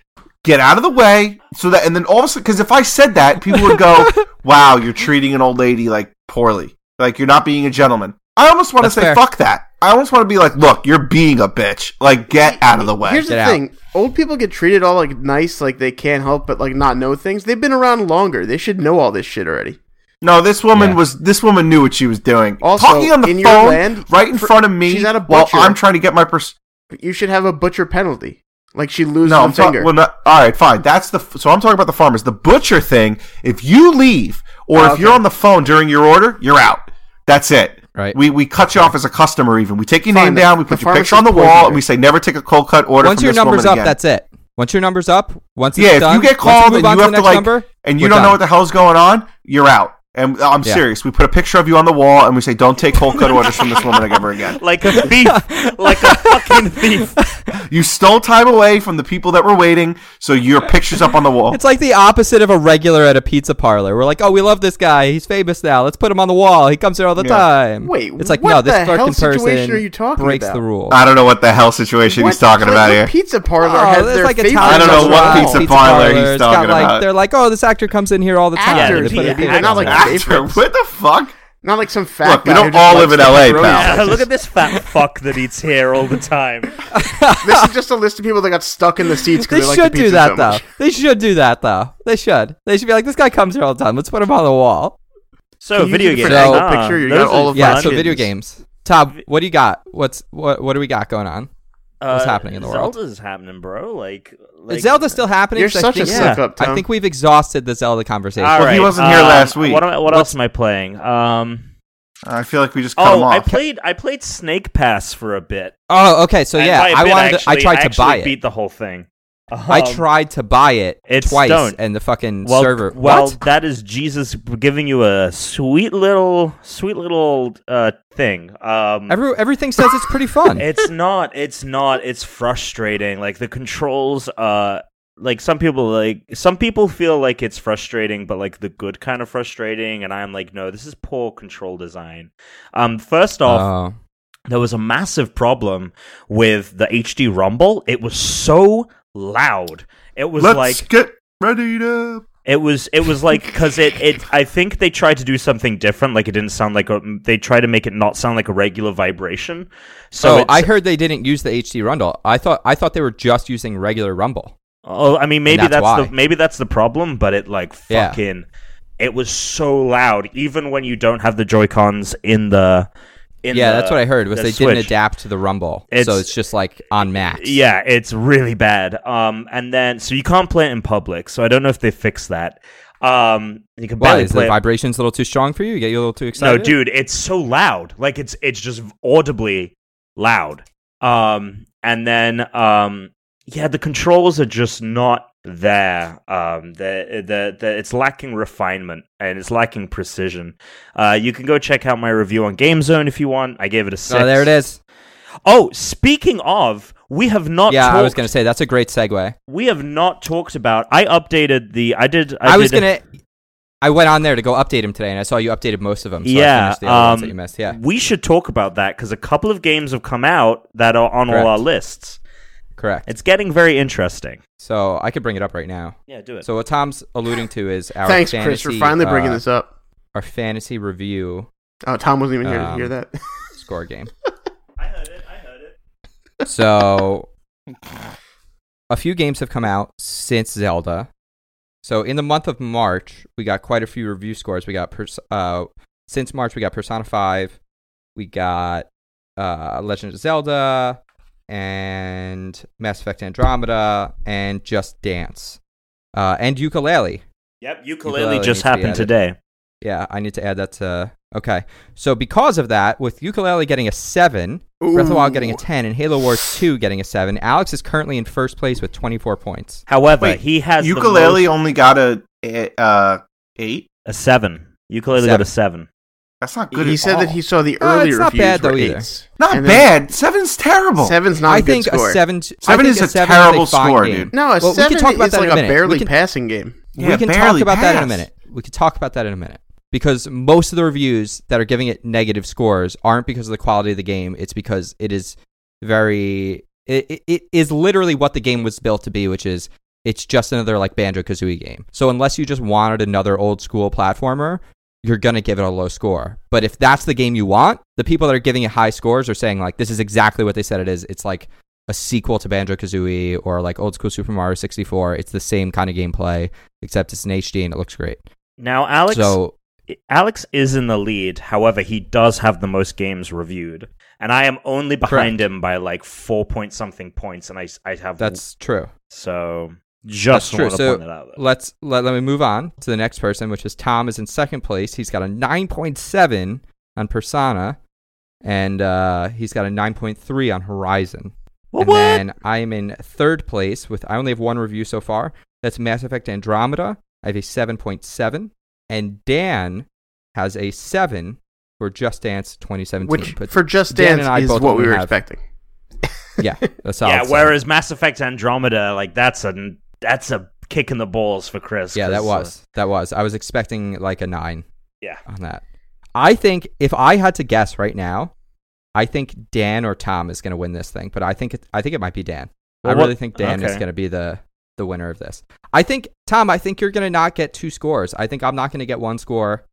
B: Get out of the way." So that and then all of a sudden, because if I said that, people would go, "Wow, you're treating an old lady like poorly. Like you're not being a gentleman." I almost want to
A: That's
B: say,
A: fair.
B: "Fuck that." I almost want to be like, "Look, you're being a bitch. Like get out of the way."
C: Here's the
A: Get out.
C: thing: old people get treated all like nice, like they can't help but like not know things. They've been around longer; they should know all this shit already.
B: No, this woman
A: Yeah.
B: was. This woman knew what she was doing.
C: Also,
B: Talking on the
C: in your
B: phone,
C: land,
B: right in
C: for-
B: front of me,
C: she's at a
B: while
C: butcher.
B: I'm trying to get my pers-
C: But you should have a butcher penalty, like she loses
B: No,
C: a
B: I'm talking.
C: finger.
B: well, no, all right, fine. That's the. f- So I'm talking about the farmers. The butcher thing. If you leave, or
C: Oh,
B: if
C: okay.
B: you're on the phone during your order, you're out. That's it.
A: Right.
B: We we cut you off as a customer. Even we take your
C: Fine,
B: name
C: the-
B: down. We
C: the
B: put your
C: pharmacist
B: picture on the
C: poisoned
B: wall,
C: her.
B: and we say never take a cold cut order.
A: once
B: from
A: your
B: this
A: numbers
B: woman
A: up,
B: again.
A: that's it. Once your numbers up, once it's
B: Yeah,
A: done,
B: if you get
A: once
B: called
A: move
B: and
A: on
B: you
A: the
B: have to
A: next
B: like,
A: number,
B: and you
A: we're
B: don't know
A: done.
B: what the hell's going on, you're out. And I'm
A: Yeah.
B: serious. We put a picture of you on the wall, and we say, "Don't take cold cut orders from this woman ever again."
D: like a thief, like a fucking thief.
B: You stole time away from the people that were waiting, so your picture's up on the wall.
A: It's like the opposite of a regular at a pizza parlor. We're like, oh, we love this guy. He's famous now. Let's put him on the wall. He comes here all the
B: Yeah.
A: time.
C: Wait,
A: it's like
C: what
A: no, this
C: the hell
A: fucking
C: situation
A: person
C: are you talking
A: breaks
C: about?
A: the rule.
B: I don't know what the hell situation he's
C: What-
B: talking
C: like,
B: about
C: what
B: here.
C: Pizza parlor
A: Oh,
C: has
A: it's
C: their
A: like
C: faces
A: Italian
B: I don't know
C: on
B: what
C: the
A: restaurant,
B: pizza
C: wall.
B: parlor he's
A: It's got
B: talking
A: like
B: about.
A: they're like, oh, this actor comes in here all the time.
C: Actors,
A: They put a
C: yeah,
A: thing
C: they're not
A: on
C: like
A: it.
B: Actor,
C: favorites.
B: what the fuck?
C: Not like some fat
B: Look, we
C: guy. who
B: don't
C: just
B: all
C: likes
B: live in
C: to
B: LA,
C: throw
B: pal.
D: Look at this fat fuck that eats hair all the time.
C: this is just a list of people that got stuck in the seats
A: They
C: because they,
A: should
C: like the
A: do
C: pizza
A: that
C: so
A: though.
C: much.
A: They should do that though. They should. They should be like, this guy comes here all the time. Let's put him on the wall.
D: So
C: You
D: video
C: can
D: games.
A: So-
D: Ah,
C: picture, you
D: those
C: got
D: are
C: all of
A: Yeah.
C: Fun.
A: So video games. Tom, what do you got? What's what? What do we got going on? what's
D: Uh,
A: happening in the world.
D: Zelda's is happening, bro. Like, like
A: Is Zelda still happening?
C: You're
A: 'Cause I
C: such a
A: think-
C: suck up,
A: I
C: Tom.
A: think we've exhausted the Zelda conversation.
D: All
B: Well, he
D: right,
B: wasn't here
D: um,
B: last week.
D: What, am I- what else am I playing? Um,
B: I feel like we just cut him
D: oh,
B: off.
D: I played I played Snake Pass for a bit.
A: Oh, okay. So
D: And
A: yeah,
D: by a
A: I
D: bit,
A: wanted. to-
D: actually-
A: I tried to
D: actually
A: buy it.
D: Beat the whole thing.
A: I
D: Um,
A: tried to buy it
D: It's
A: twice,
D: don't.
A: and the fucking
D: Well,
A: server.
D: well,
A: what?
D: that is Jesus giving you a sweet little, sweet little uh, thing. Um,
A: Every, everything says it's pretty fun.
D: it's not it's not it's frustrating like the controls uh like some people like some people feel like it's frustrating but like the good kind of frustrating and i'm like no this is poor control design um first off
A: Oh.
D: there was a massive problem with the hd rumble it was so loud it was
B: Let's
D: like
B: get ready to.
D: it was it was like because it it I think they tried to do something different. Like it didn't sound like a, they tried to make it not sound like a regular vibration. So
A: oh,
D: it's-
A: I heard they didn't use the HD Rumble. I thought I thought they were just using regular Rumble.
D: Oh, I mean, maybe
A: that's
D: that's,
A: why.
D: the maybe that's the problem, but it like
A: Yeah.
D: fucking it was so loud, even when you don't have the Joy Cons in the in
A: yeah,
D: the-
A: that's what I heard. Was
D: the
A: they
D: Switch.
A: didn't adapt to the Rumble, so
D: It's-
A: it's just like on max.
D: Yeah, it's really bad. Um, and then so you can't play it in public. So I don't know if they fixed that. Um, you can
A: Why
D: barely
A: is the
D: play. it.
A: vibrations a little too strong for you? You get you a little too
D: No,
A: excited.
D: dude, it's so loud. Like it's it's just audibly loud. Um, and then um, yeah, the controls are just not there. Um, the the the it's lacking refinement and it's lacking precision. Uh, you can go check out my review on Game Zone if you want. I gave it a six.
A: Oh, there it is.
D: Oh, speaking of, We have not.
A: yeah,
D: talked,
A: I was gonna say that's a great segue.
D: We have not talked about. I updated the. I did. I,
A: I, was
D: did a-
A: gonna. I went on there to go update him today, and I saw you updated most of them. So I
D: Yeah,
A: finished the other ones
D: um,
A: that you missed. Yeah,
D: We should talk about that because a couple of games have come out that are on
A: Correct.
D: all our lists.
A: correct.
D: It's getting very interesting.
A: so I could bring it up right now.
D: Yeah, do it.
A: So what Tom's alluding to is our
C: Thanks,
A: fantasy,
C: Chris, for finally bringing
A: uh,
C: this up.
A: Our fantasy review
C: Oh, Tom wasn't even here to
A: um,
C: hear that.
A: score game.
D: I heard it. I heard it.
A: So, a few games have come out since Zelda. So, in the month of March, we got quite a few review scores. We got pers- uh, since March, we got Persona Five, we got uh, Legend of Zelda, and Mass Effect Andromeda, and Just Dance, uh, and Ukulele.
D: Yep, ukulele,
A: Ukulele needs
D: just
A: to be
D: happened
A: added.
D: today.
A: Yeah, I need to add that to. Okay. So, because of that, with Ukulele getting a 7, Breath of the Wild getting a 10, and Halo Wars 2 getting a 7, Alex is currently in first place with 24 points.
D: However,
B: Wait,
D: he has the
B: Ukulele
D: most-
B: only got a, a uh, eight.
D: a seven. Ukulele got a seven.
B: That's not good.
C: He
B: at
C: said
B: all.
C: that he saw the
A: Uh,
C: earlier
A: it's not
C: reviews
A: bad,
C: were
A: though, either.
C: eights.
B: not
C: And then
B: bad. Seven's terrible.
C: Seven's not a
A: I
C: good
A: think
C: score.
A: a 7. I
B: Seven
A: think
B: is
A: a
B: a
A: 7 is
B: terrible
A: fine
B: score,
A: game.
B: dude.
C: No, a
A: Well, we
C: seven
A: can talk about
C: is
A: that
C: like
A: in a
C: a,
A: minute. We
C: barely
A: can-
C: passing game.
A: we
B: Yeah,
A: can talk
B: barely
A: about that in a
B: passed.
A: minute. We can talk about that in a minute. Because most of the reviews that are giving it negative scores aren't because of the quality of the game, it's because it is very. It, it, it is literally what the game was built to be, which is it's just another like Banjo Kazooie game. So unless you just wanted another old school platformer, you're gonna give it a low score. But if that's the game you want, the people that are giving it high scores are saying like this is exactly what they said it is. It's like a sequel to Banjo Kazooie or like old school Super Mario 64. It's the same kind of gameplay except it's in HD and it looks great.
D: Now, Alex,
A: so
D: Alex is in the lead. However, he does have the most games reviewed, and I am only behind him by like four point something points, and I I have
A: that's true.
D: so just
A: That's true.
D: want to
A: So,
D: point that out. there.
A: Let's let, let me move on to the next person, which is Tom is in second place. He's got a 9.7 on Persona, and uh, he's got a 9.3 on Horizon.
D: What?
A: and then I am in third place with I only have one review so far. That's Mass Effect Andromeda. I have a 7.7, and Dan has a seven for Just Dance 2017.
C: Which
A: But-
C: for Just
A: Dan
C: Dance
A: and I
C: is
A: both
C: what we
A: only
C: were
A: have-
C: expecting.
A: yeah, that's all.
D: yeah. Whereas Mass Effect Andromeda, like that's a that's a kick in the balls for Chris.
A: Yeah, that
D: 'cause, uh,
A: was. That was. I was expecting like a nine
D: yeah.
A: on that. I think if I had to guess right now, I think Dan or Tom is going to win this thing, but I think it, I think it might be Dan.
D: Well,
A: I really
D: what-
A: think Dan is
D: okay.
A: going to be the the winner of this. I think Tom, I think you're going to not get two scores. I think I'm not going to get one score.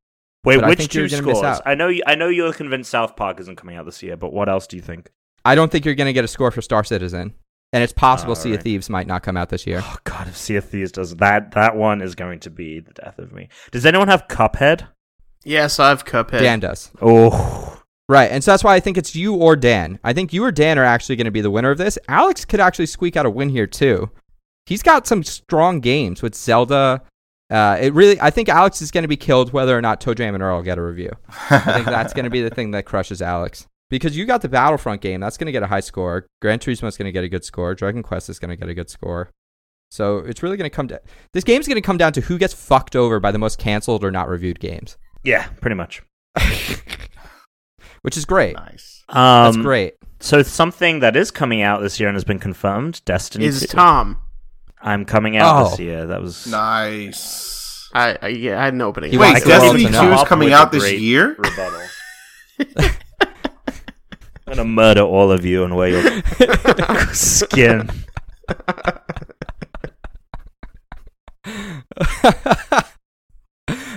D: Wait,
A: But I
D: which
A: think you're
D: two
A: gonna miss
D: scores?
A: out.
D: I know. You, I know you're convinced South Park isn't coming out this year, but what else do you think?
A: I don't think you're going to get a score for Star Citizen. And it's possible Sea of
D: Alright.
A: Thieves might not come out this year.
D: Oh God, if Sea of Thieves does that, that one is going to be the death of me. Does anyone have Cuphead?
C: Yes, I've Cuphead.
A: Dan does.
D: Oh,
A: Right. And so that's why I think it's you or Dan. I think you or Dan are actually going to be the winner of this. Alex could actually squeak out a win here, too. He's got some strong games with Zelda. Uh, it really, I think Alex is going to be killed whether or not Toe Jam and Earl get a review. I think that's going to be the thing that crushes Alex. Because you got the Battlefront game, that's going to get a high score. Gran Turismo's going to get a good score. Dragon Quest is going to get a good score. So it's really going to come down. This game's going to come down to who gets fucked over by the most canceled or not reviewed games,
D: yeah, pretty much.
A: which is great.
B: nice.
D: Um,
A: That's great.
D: So something that is coming out this year and has been confirmed, Destiny.
C: is
D: 2.
C: Tom.
D: I'm coming out
A: Oh.
D: this year. That was
B: Nice.
C: I, I yeah, I had an opening.
A: He
B: Wait,
A: wants to
B: Destiny
A: roll
B: 2
A: to know.
B: is coming out this
D: Great
B: year?
D: Rebuttal. I'm gonna murder all of you and wear your skin.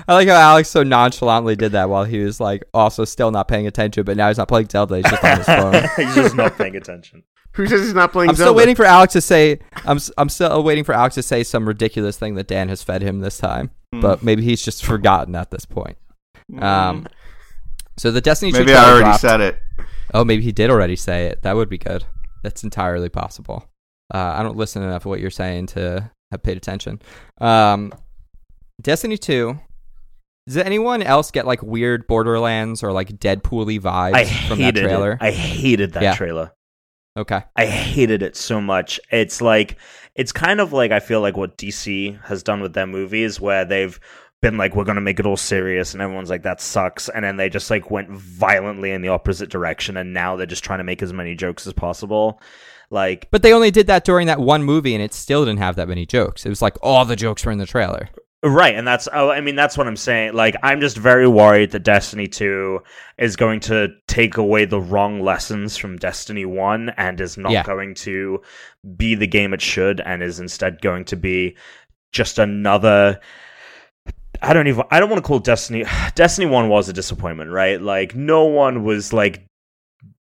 A: I like how Alex so nonchalantly did that while he was like also still not paying attention, but now he's not playing Zelda. He's just on his phone.
D: He's just not paying attention.
C: Who says he's not playing
A: I'm
C: Zelda?
A: still waiting for Alex to say. I'm s- I'm still waiting for Alex to say some ridiculous thing that Dan has fed him this time,
B: Mm.
A: but maybe he's just forgotten at this point. Um, so the Destiny 2
B: Maybe I
A: trailer
B: already
A: dropped.
B: said it.
A: Oh, maybe he did already say it. That would be good. That's entirely possible. Uh, I don't listen enough to what you're saying to have paid attention. Um, Destiny 2. Does anyone else get like weird Borderlands or like Deadpool y vibes
D: I
A: from that
D: hated
A: trailer?
D: it. I hated that
A: Yeah.
D: trailer.
A: okay.
D: I hated it so much. It's like it's kind of like I feel like what DC has done with their movies where they've been like, we're going to make it all serious. And everyone's like, that sucks. And then they just like went violently in the opposite direction. And now they're just trying to make as many jokes as possible. Like,
A: But they only did that during that one movie, and it still didn't have that many jokes. It was like all the jokes were in the trailer.
D: Right, and that's oh, I mean that's what I'm saying. Like I'm just very worried that Destiny 2 is going to take away the wrong lessons from Destiny 1 and is not
A: Yeah.
D: going to be the game it should and is instead going to be just another I don't even I don't want to call Destiny Destiny 1 was a disappointment, right? Like no one was like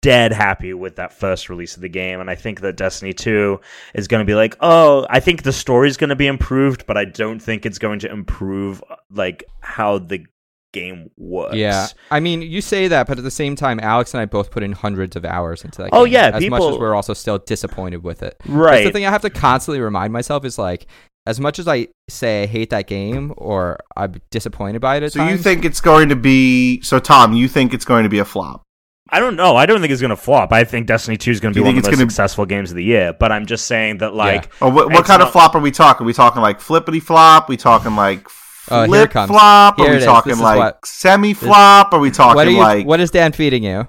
D: dead happy with that first release of the game and I think that Destiny 2 is going to be like, oh, I think the story's going to be improved, but I don't think it's going to improve like how the game works.
A: Yeah, I mean, you say that, but at the same time, Alex and I both put in hundreds of hours into that.
D: Oh,
A: game,
D: yeah,
A: as much as
D: people-
A: we're also still disappointed with it. That's the
D: right.
A: thing I have to constantly remind myself is like, as much as I say I hate that game or I'm disappointed by it, at
B: So you
A: times,
B: think it's going to be? So Tom, you think it's going to be a flop?
D: I don't know. I don't think it's going to flop. I think Destiny 2 is going to
B: You
D: be one
B: think
D: of the
B: it's
D: most
B: gonna-
D: successful games of the year. But I'm just saying that, like,
B: Or what, what
D: It's
B: kind of
D: not-
B: flop are we talking? Are we talking like flippity flop? We talking like
A: Oh, here it
B: flip
A: comes.
B: flop?
A: Here
B: Are
A: it
B: we
A: is.
B: talking
A: This is
B: like
A: what-
B: semi flop? Are we talking
A: what are you?
B: like
A: what is Dan feeding you?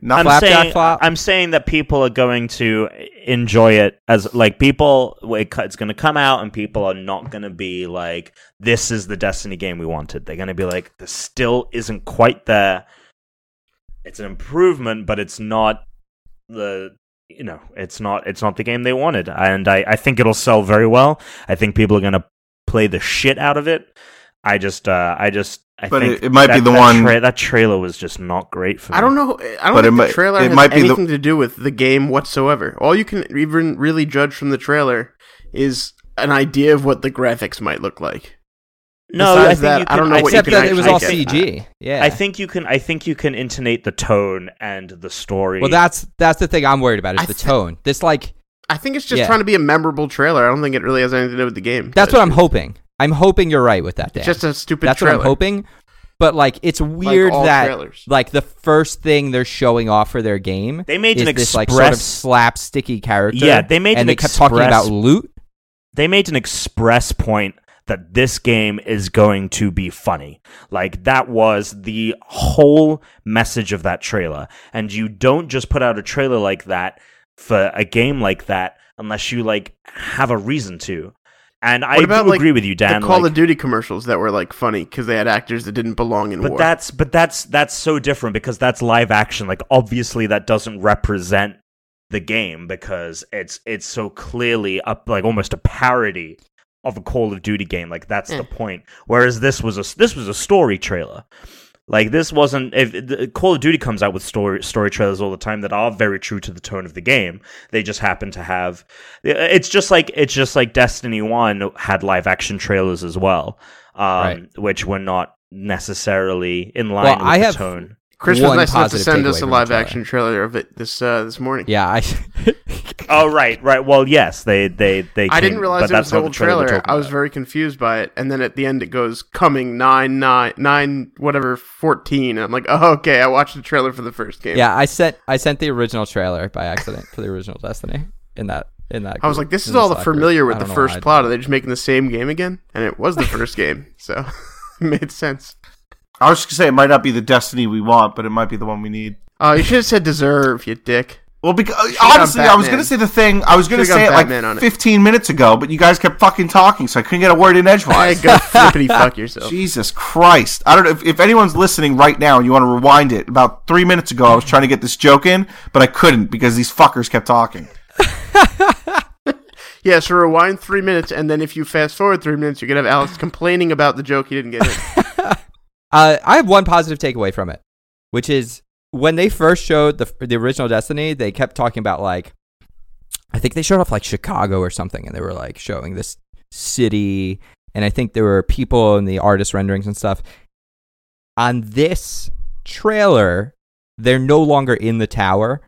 B: nothing?
A: flapjack
D: I'm saying,
A: flop?
D: I'm saying that people are going to enjoy it as like people. it co- It's going to come out, and people are not going to be like, "This is the Destiny game we wanted." They're going to be like, "This still isn't quite there." It's an improvement, but it's not the you know, it's not it's not the game they wanted, and I I think it'll sell very well. I think people are going to play the shit out of it. I just uh I just. I
B: But
D: think
B: it- it might be
D: that-
B: the
D: that
B: one-
D: tra- that trailer was just not great for me.
C: I don't know. I don't
B: But it
C: think
B: might-
C: the trailer
B: it
C: has
B: might be the-
C: anything to do with the game whatsoever. All you can even really judge from the trailer is an idea of what the graphics might look like.
D: No,
C: Besides
D: I think
C: that,
D: you
C: I
D: can,
C: don't know what you
A: Except
C: can
A: that it was all
C: actually get.
A: CG. Yeah,
D: I think you can. I think you can intonate the tone and the story.
A: Well, that's that's the thing I'm worried about is
C: I
A: the
C: thi-
A: tone. This like
C: I think it's just
A: Yeah.
C: trying to be a memorable trailer. I don't think it really has anything to do with the game.
A: that's
C: But
A: what I'm hoping. I'm hoping you're right with that. Dan.
C: It's just a stupid
A: that's
C: trailer.
A: what I'm hoping. But like, it's weird
C: all
A: that
C: trailers.
A: like the first thing they're showing off for their game,
D: They made
A: is
D: an
A: this like sort of
D: express-
A: slapsticky character.
D: Yeah, they made
A: and
D: an
A: they kept talking
D: express-
A: about loot.
D: they made an express point that this game is going to be funny. Like that was the whole message of that trailer. And you don't just put out a trailer like that for a game like that unless you like have a reason to. And I
C: What about,
D: do
C: like,
D: agree with you, Dan.
C: the Call
D: like-
C: of Duty commercials that were like funny because they had actors that didn't belong in
D: But
C: war.
D: that's but that's that's so different because that's live action. Like obviously that doesn't represent the game because it's it's so clearly up like almost a parody of a Call of Duty game. Like that's the point. Whereas this was a this was a story trailer. Like this wasn't if the, Call of Duty comes out with story story trailers all the time that are very true to the tone of the game. They just happen to have uh, it's just like it's just like Destiny 1 had live action trailers as well. Um
A: Right.
D: which were not necessarily in line
A: Well,
D: with
A: I
D: the
A: have-
D: tone.
C: Chris was
A: one
C: nice enough to
A: positive
C: send
A: takeaway
C: us a
A: from the
C: live action trailer of it this uh, this morning.
A: Yeah, I
D: Oh right, right. Well, yes, they they they
C: I didn't
D: came-
C: realize it was
D: but that's
C: the
D: not the
C: old trailer.
D: we're talking
C: I was
D: about.
C: very confused by it, and then at the end it goes coming nine nine nine whatever fourteen. And I'm like, oh okay, I watched the trailer for the first game.
A: yeah I sent I sent the original trailer by accident for the original Destiny in that in that.
C: I was
A: group,
C: like, this
A: in
C: is all the
A: Slack group.
C: familiar
A: I
C: with the
A: don't know why I
C: first
A: did
C: plot. Are they just making the same game again? And it was the first game, so it made sense.
B: I was just gonna say it might not be the destiny we want, but it might be the one we need.
C: Oh, you should have said deserve, you dick.
B: Well, because
C: gone
B: honestly, I was
C: Batman.
B: gonna say the thing. I was gonna
C: Should've gone
B: say it like
C: Batman on it.
B: 15 minutes ago, but you guys kept fucking talking, so I couldn't get a word in
C: I
B: edgewise.
C: go flippity fuck yourself.
B: Jesus Christ. I don't know if, if anyone's listening right now and you want to rewind it. About three minutes ago, I was trying to get this joke in, but I couldn't because these fuckers kept talking.
C: Yeah, so rewind three minutes, and then if you fast forward three minutes, you're gonna have Alex complaining about the joke he didn't get. In.
A: Uh, I have one positive takeaway from it, which is when they first showed the the original Destiny, they kept talking about like, I think they showed off like Chicago or something, and they were like showing this city, and I think there were people in the artist renderings and stuff. On this trailer, they're no longer in the tower,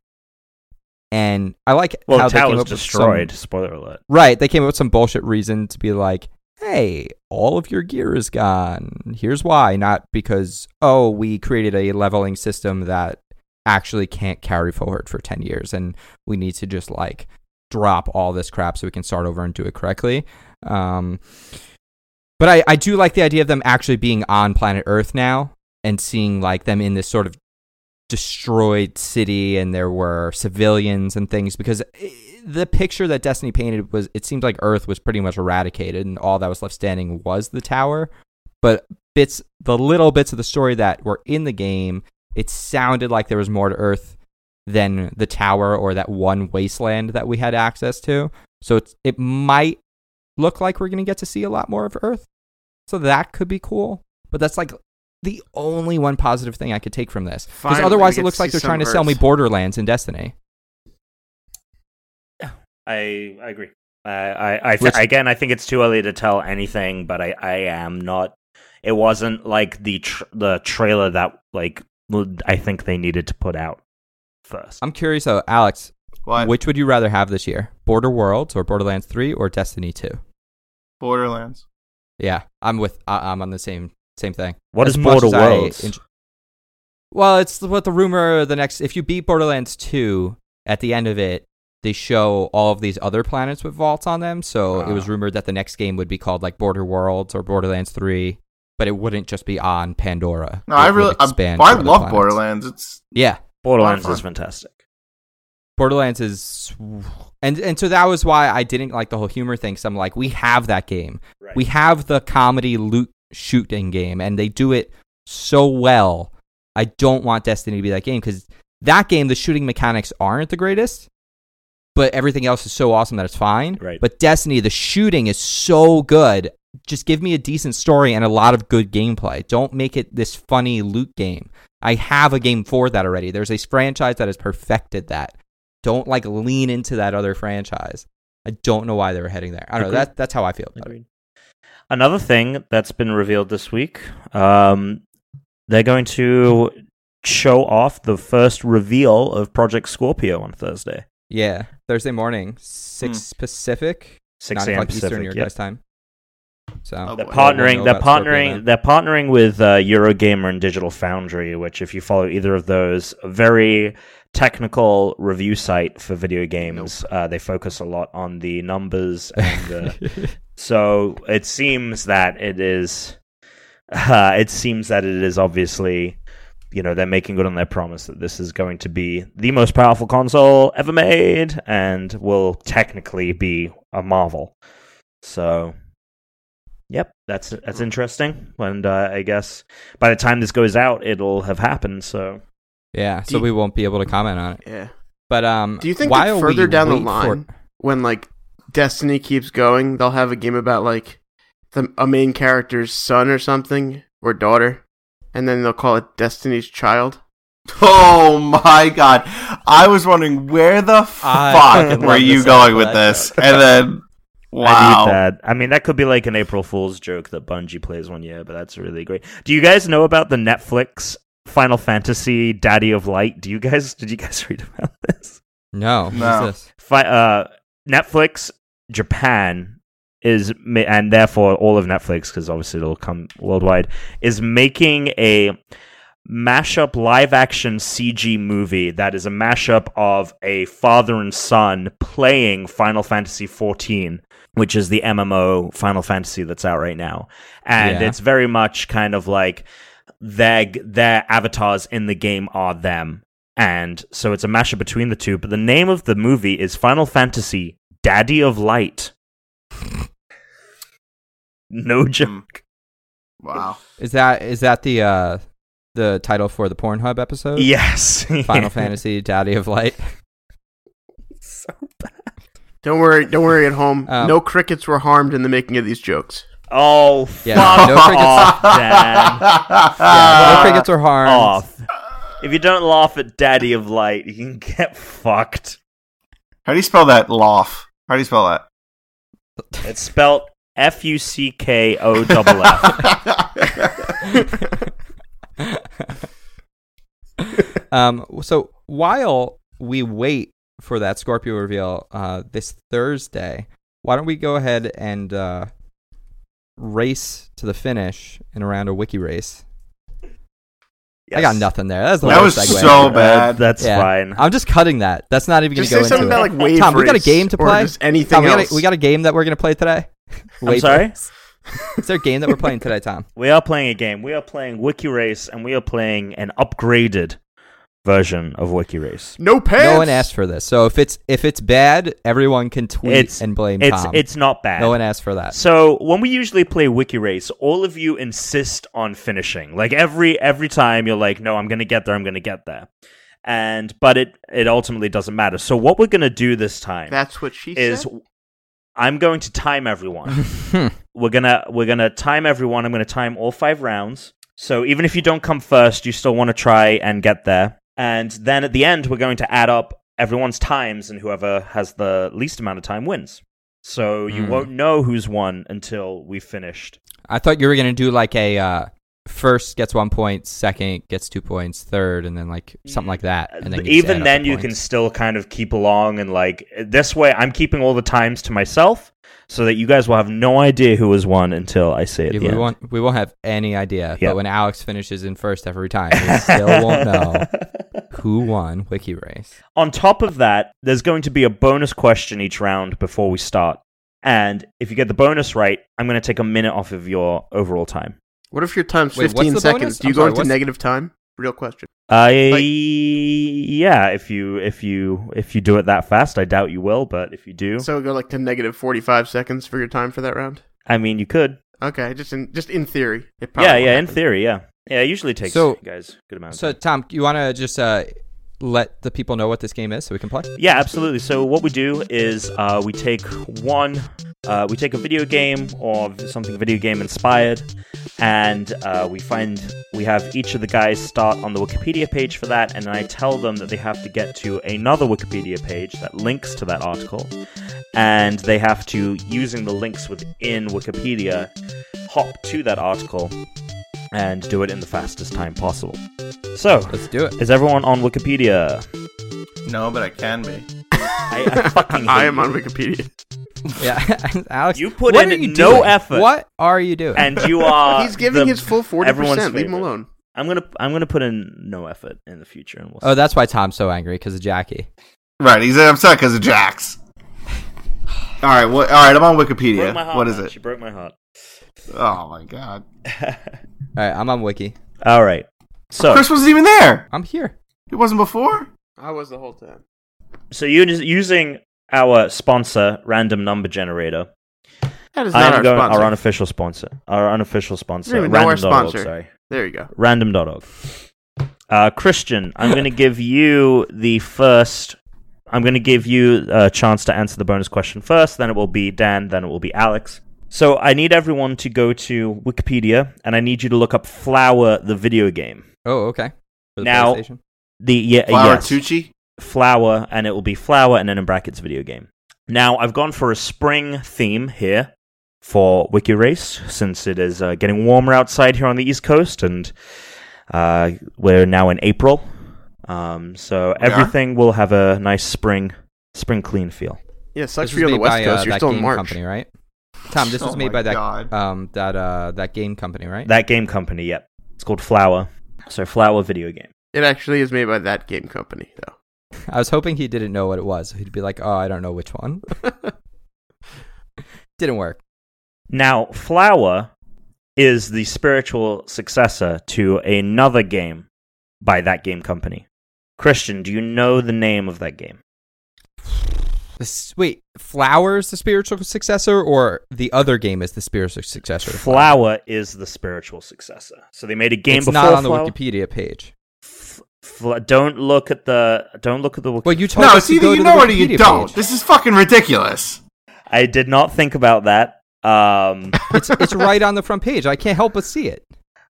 A: and I like
D: well,
A: how
D: the
A: they
D: tower
A: came
D: was
A: up With
D: destroyed.
A: some,
D: Spoiler alert.
A: right, they came up with some bullshit reason to be like, hey, all of your gear is gone. Here's why. Not because, oh, we created a leveling system that actually can't carry forward for 10 years and we need to just like drop all this crap so we can start over and do it correctly. Um, But I, I do like the idea of them actually being on planet Earth now and seeing like them in this sort of destroyed city and there were civilians and things because i the picture that Destiny painted was it seemed like Earth was pretty much eradicated and all that was left standing was the tower. But bits the little bits of the story that were in the game, it sounded like there was more to Earth than the tower or that one wasteland that we had access to. So it's, it might look like we're going to get to see a lot more of Earth. So that could be cool. But that's like the only one positive thing I could take from this. Because
C: Finally, we
A: otherwise,
C: get
A: it
C: to
A: looks like
C: see
A: they're trying
C: some
A: to sell me
C: Earth.
A: Borderlands in Destiny.
D: I I agree. I I, I
A: Which-
D: again, I think it's too early to tell anything, but I I am not. It wasn't like the tr- the trailer that like I think they needed to put out first.
A: I'm curious, though, Alex,
B: What?
A: which would you rather have this year? Border Worlds or Borderlands 3 or Destiny 2?
B: Borderlands.
A: Yeah, I'm with. I, I'm on the same same thing.
D: What is
A: much
D: Border
A: as I
D: Worlds?
A: enj- well, it's what the rumor. The next, if you beat Borderlands two, at the end of it, they show all of these other planets with vaults on them. So it was
D: Ah.
A: rumored that the next game would be called like Border Worlds or Borderlands Three, but it wouldn't just be on Pandora.
B: No,
A: It
B: I
A: would
B: really. I,
A: expand
B: I
A: to other
B: love
A: planets.
B: Borderlands. It's
A: Yeah,
D: Borderlands
B: Fun.
D: is fantastic.
A: Borderlands is, and and so that was why I didn't like the whole humor thing. So I'm like, we have that game.
D: Right.
A: we have the comedy loot shooting game and they do it so well i don't want destiny to be that game because that game the shooting mechanics aren't the greatest but everything else is so awesome that it's fine
D: Right.
A: but destiny the shooting is so good just give me a decent story and a lot of good gameplay don't make it this funny loot game i have a game for that already there's a franchise that has perfected that don't like lean into that other franchise i don't know why they were heading there i don't
D: Agreed.
A: know that, that's how i feel about it
D: Agreed. Another thing that's been revealed this week, um, they're going to show off the first reveal of Project Scorpio on Thursday,
A: Yeah, Thursday
C: Hmm.
A: morning, six Pacific,
D: six
A: nine
D: a.m.
A: o'clock
D: Pacific.
A: Eastern your
D: yep.
A: guys' time. So
C: Oh,
A: we'll
B: They're
D: They're
B: Well, I don't
A: know
D: partnering. They're
A: about Scorpio
D: partnering.
A: then.
D: They're partnering with uh, Eurogamer and Digital Foundry, which, if you follow either of those, a very technical review site for video games. Uh, they focus a lot on the numbers and the So it seems that it is. Uh, it seems that it is obviously, you know, they're making good on their promise that this is going to be the most powerful console ever made and will technically be a marvel. So, yep, that's that's interesting. And uh, I guess by the time this goes out, it'll have happened. So
A: yeah,
C: Do
A: so
C: you-
A: we won't be able to comment on it.
C: Yeah.
A: But um,
C: Do you think
A: while
C: that further
A: we
C: down the
A: wait for-
C: line, when like Destiny keeps going, they'll have a game about like the, a main character's son or something or daughter, and then they'll call it Destiny's Child.
B: Oh my god! I was wondering where the
A: I
B: fuck
A: fucking
B: were
A: love
B: you
A: this
B: going
A: episode.
B: with this, and then
D: I need
B: wow,
D: that. I mean, that could be like an April Fool's joke that Bungie plays one year, but that's really great. Do you guys know about the Netflix Final Fantasy Daddy of Light? Do you guys did you guys read about this?
A: no,
B: No.
A: no. This?
D: Fi- uh, Netflix Japan is ma- and therefore all of Netflix because obviously it'll come worldwide is making a mashup live action CG movie that is a mashup of a father and son playing Final Fantasy 14 which is the MMO Final Fantasy that's out right now and
A: Yeah.
D: it's very much kind of like their their avatars in the game are them and so it's a mashup between the two but the name of the movie is Final Fantasy Daddy of Light no joke
B: wow.
A: Is that is that the uh the title for the Pornhub episode?
D: yes
A: Final Fantasy Daddy of Light.
C: Don't worry, don't worry at home.
A: Um,
C: no crickets were harmed in the making of these jokes.
D: Oh,
A: Yeah,
D: fuck
A: no crickets.
D: off, Dan.
C: Uh,
A: Yeah, no crickets are harmed.
D: off. If you don't laugh at Daddy of Light, you can get fucked.
B: How do you spell that? Loff. How do you spell that?
D: It's spelled F U C K O double F.
A: um, so while we wait for that Scorpio reveal uh, this Thursday, why don't we go ahead and uh, race to the finish in a round of wiki race? I got nothing there. That's the
B: That
A: worst
B: was
A: segue
B: so
A: ever.
B: bad.
D: that's
A: Yeah.
D: fine.
A: I'm just cutting that. That's not even going
C: Just
A: to go
C: say
A: into
C: something
A: it.
C: about like wave
A: Tom, we got a
C: race
A: game to
C: or
A: play?
C: just anything
A: Tom, we got,
C: else.
A: a, we got a game that we're going to play today.
D: I'm sorry?
A: Is there a game that we're playing today, Tom?
D: We are playing a game. We are playing Wiki Race, and we are playing an upgraded version of Wiki Race.
C: No pants.
A: No one asked for this. So if it's if it's bad, everyone can tweet
D: It's
A: and blame
D: it's
A: Tom.
D: it's not bad.
A: no one asked for that.
D: Uh, So when we usually play Wiki Race, all of you insist on finishing. Like every every time, you're like, "No, I'm going to get there. I'm going to get there." And but it it ultimately doesn't matter. So what we're going to do this time
C: That's what she
D: is
C: said.
D: I'm going to time everyone. we're gonna we're gonna time everyone. I'm gonna time all five rounds. So even if you don't come first, you still want to try and get there. And then at the end, we're going to add up everyone's times, and whoever has the least amount of time wins. So you
A: Hmm.
D: won't know who's won until we finished.
A: I thought you were gonna do like a uh, first gets one point, second gets two points, third, and then like something like that. And then you just add
D: even
A: up
D: then,
A: the
D: you
A: points.
D: can still kind of keep along and like this way. I'm keeping all the times to myself so that you guys will have no idea who has won until I say it.
A: Yeah,
D: the
A: we
D: end.
A: won't we won't have any idea.
D: Yeah.
A: But when Alex finishes in first every time, we still won't know who won Wiki Race.
D: On top of that, there's going to be a bonus question each round before we start. And if you get the bonus right, I'm going to take a minute off of your overall time.
C: What if your time's
A: Wait, what's
C: 15
A: the
C: seconds?
A: bonus?
C: Do you
A: I'm
C: go
A: sorry,
C: into
A: what's-
C: negative time? Real question.
D: Uh,
C: Like-
D: yeah, if you if you if you do it that fast, I doubt you will. But if you do,
C: So go like to negative 45 seconds for your time for that round.
D: I mean, you could.
C: Okay, just in just in theory. It probably
D: Yeah,
C: won't
D: yeah. In
C: happen.
D: theory, yeah, yeah. It usually takes
A: So-
D: you guys a good amount. Of
A: So Tom, you wanna just uh, let the people know what this game is so we can play?
D: Yeah, absolutely. So what we do is uh, we take one, uh, we take a video game or something video game inspired, and uh, we find we have each of the guys start on the Wikipedia page for that, and I tell them that they have to get to another Wikipedia page that links to that article, and they have to using the links within Wikipedia hop to that article and do it in the fastest time possible. So.
A: Let's do it.
D: Is everyone on Wikipedia?
B: No, but I can be.
D: I, I fucking
C: I
D: hate
C: am
D: you.
C: on Wikipedia.
A: Yeah. Alex
D: You put
A: what
D: in
A: are you
D: no
A: doing?
D: effort.
A: What are you doing?
D: and you are
C: He's giving
D: Uh, the-
C: his full 40%.
D: everyone's
C: Leave him
D: favorite.
C: alone.
D: I'm gonna I'm gonna put in no effort in the future, and we'll
A: oh,
D: see.
A: that's why Tom's so angry, because of Jackie.
B: Right, he's upset because of Jax. All right, wha- all right. I'm on
D: She broke
B: Wikipedia.
D: my heart,
B: What is
D: man.
B: it?
D: She broke my heart.
B: Oh my god,
A: All right, I'm on Wiki.
D: All right.
A: Oh.
D: So
B: Chris wasn't even there.
A: I'm here.
B: He wasn't before.
C: I was the whole time.
D: so you using our sponsor, random number generator.
C: That is
D: I
C: not
D: am
C: our
D: going
C: sponsor.
D: our unofficial sponsor. Our unofficial
C: You
D: sponsor.
C: don't even know our
D: Random.org,
C: sponsor.
D: sorry.
C: there you go.
D: Random.org. Uh, Christian, I'm going to give you the first. I'm going to give you a chance to answer the bonus question first, then it will be Dan, then it will be Alex. So I need everyone to go to Wikipedia and I need you to look up Flower the video game.
A: Oh, okay. For the
D: Now-
A: PlayStation?
D: The
A: Uh,
D: yeah,
B: Flower
D: yes.
B: Tucci.
D: Flower and it will be Flower and then in brackets video game. Now I've gone for a spring theme here for Wiki Race since it is uh, getting warmer outside here on the East Coast and uh, we're now in April. Um, so
B: We are?
D: everything will have a nice spring spring clean feel.
C: Yeah,
A: This
C: sucks for
A: was
C: you on the
A: made
C: West
A: by,
C: Coast.
A: uh,
C: You're
A: that
C: still in
A: game
C: March.
A: company, right? Tom, this
B: Oh
A: was made
B: my
A: by that
B: God.
A: um that uh that game company, right?
D: That game company, yep. It's called Flower. So Flower video game.
C: It actually is made by that game company, though.
A: I was hoping he didn't know what it was. He'd be like, "Oh, I don't know which one." didn't work.
D: Now, Flower is the spiritual successor to another game by that game company. Christian, do you know the name of that game?
A: This, wait, Flowers the spiritual successor, or the other game is the spiritual successor? to Flower?
D: Flower is the spiritual successor. So they made a game
A: it's
D: before
A: not on
D: Flower.
A: the Wikipedia page.
D: F- Fl- don't look at the don't look at the Wiki-
A: Well, you told
B: No,
A: us
B: it's
A: to
B: either
A: go
B: you
A: to
B: know
A: the
B: it or you
A: Wikipedia
B: don't.
A: page.
B: This is fucking ridiculous.
D: I did not think about that. Um
A: It's it's right on the front page. I can't help but see it.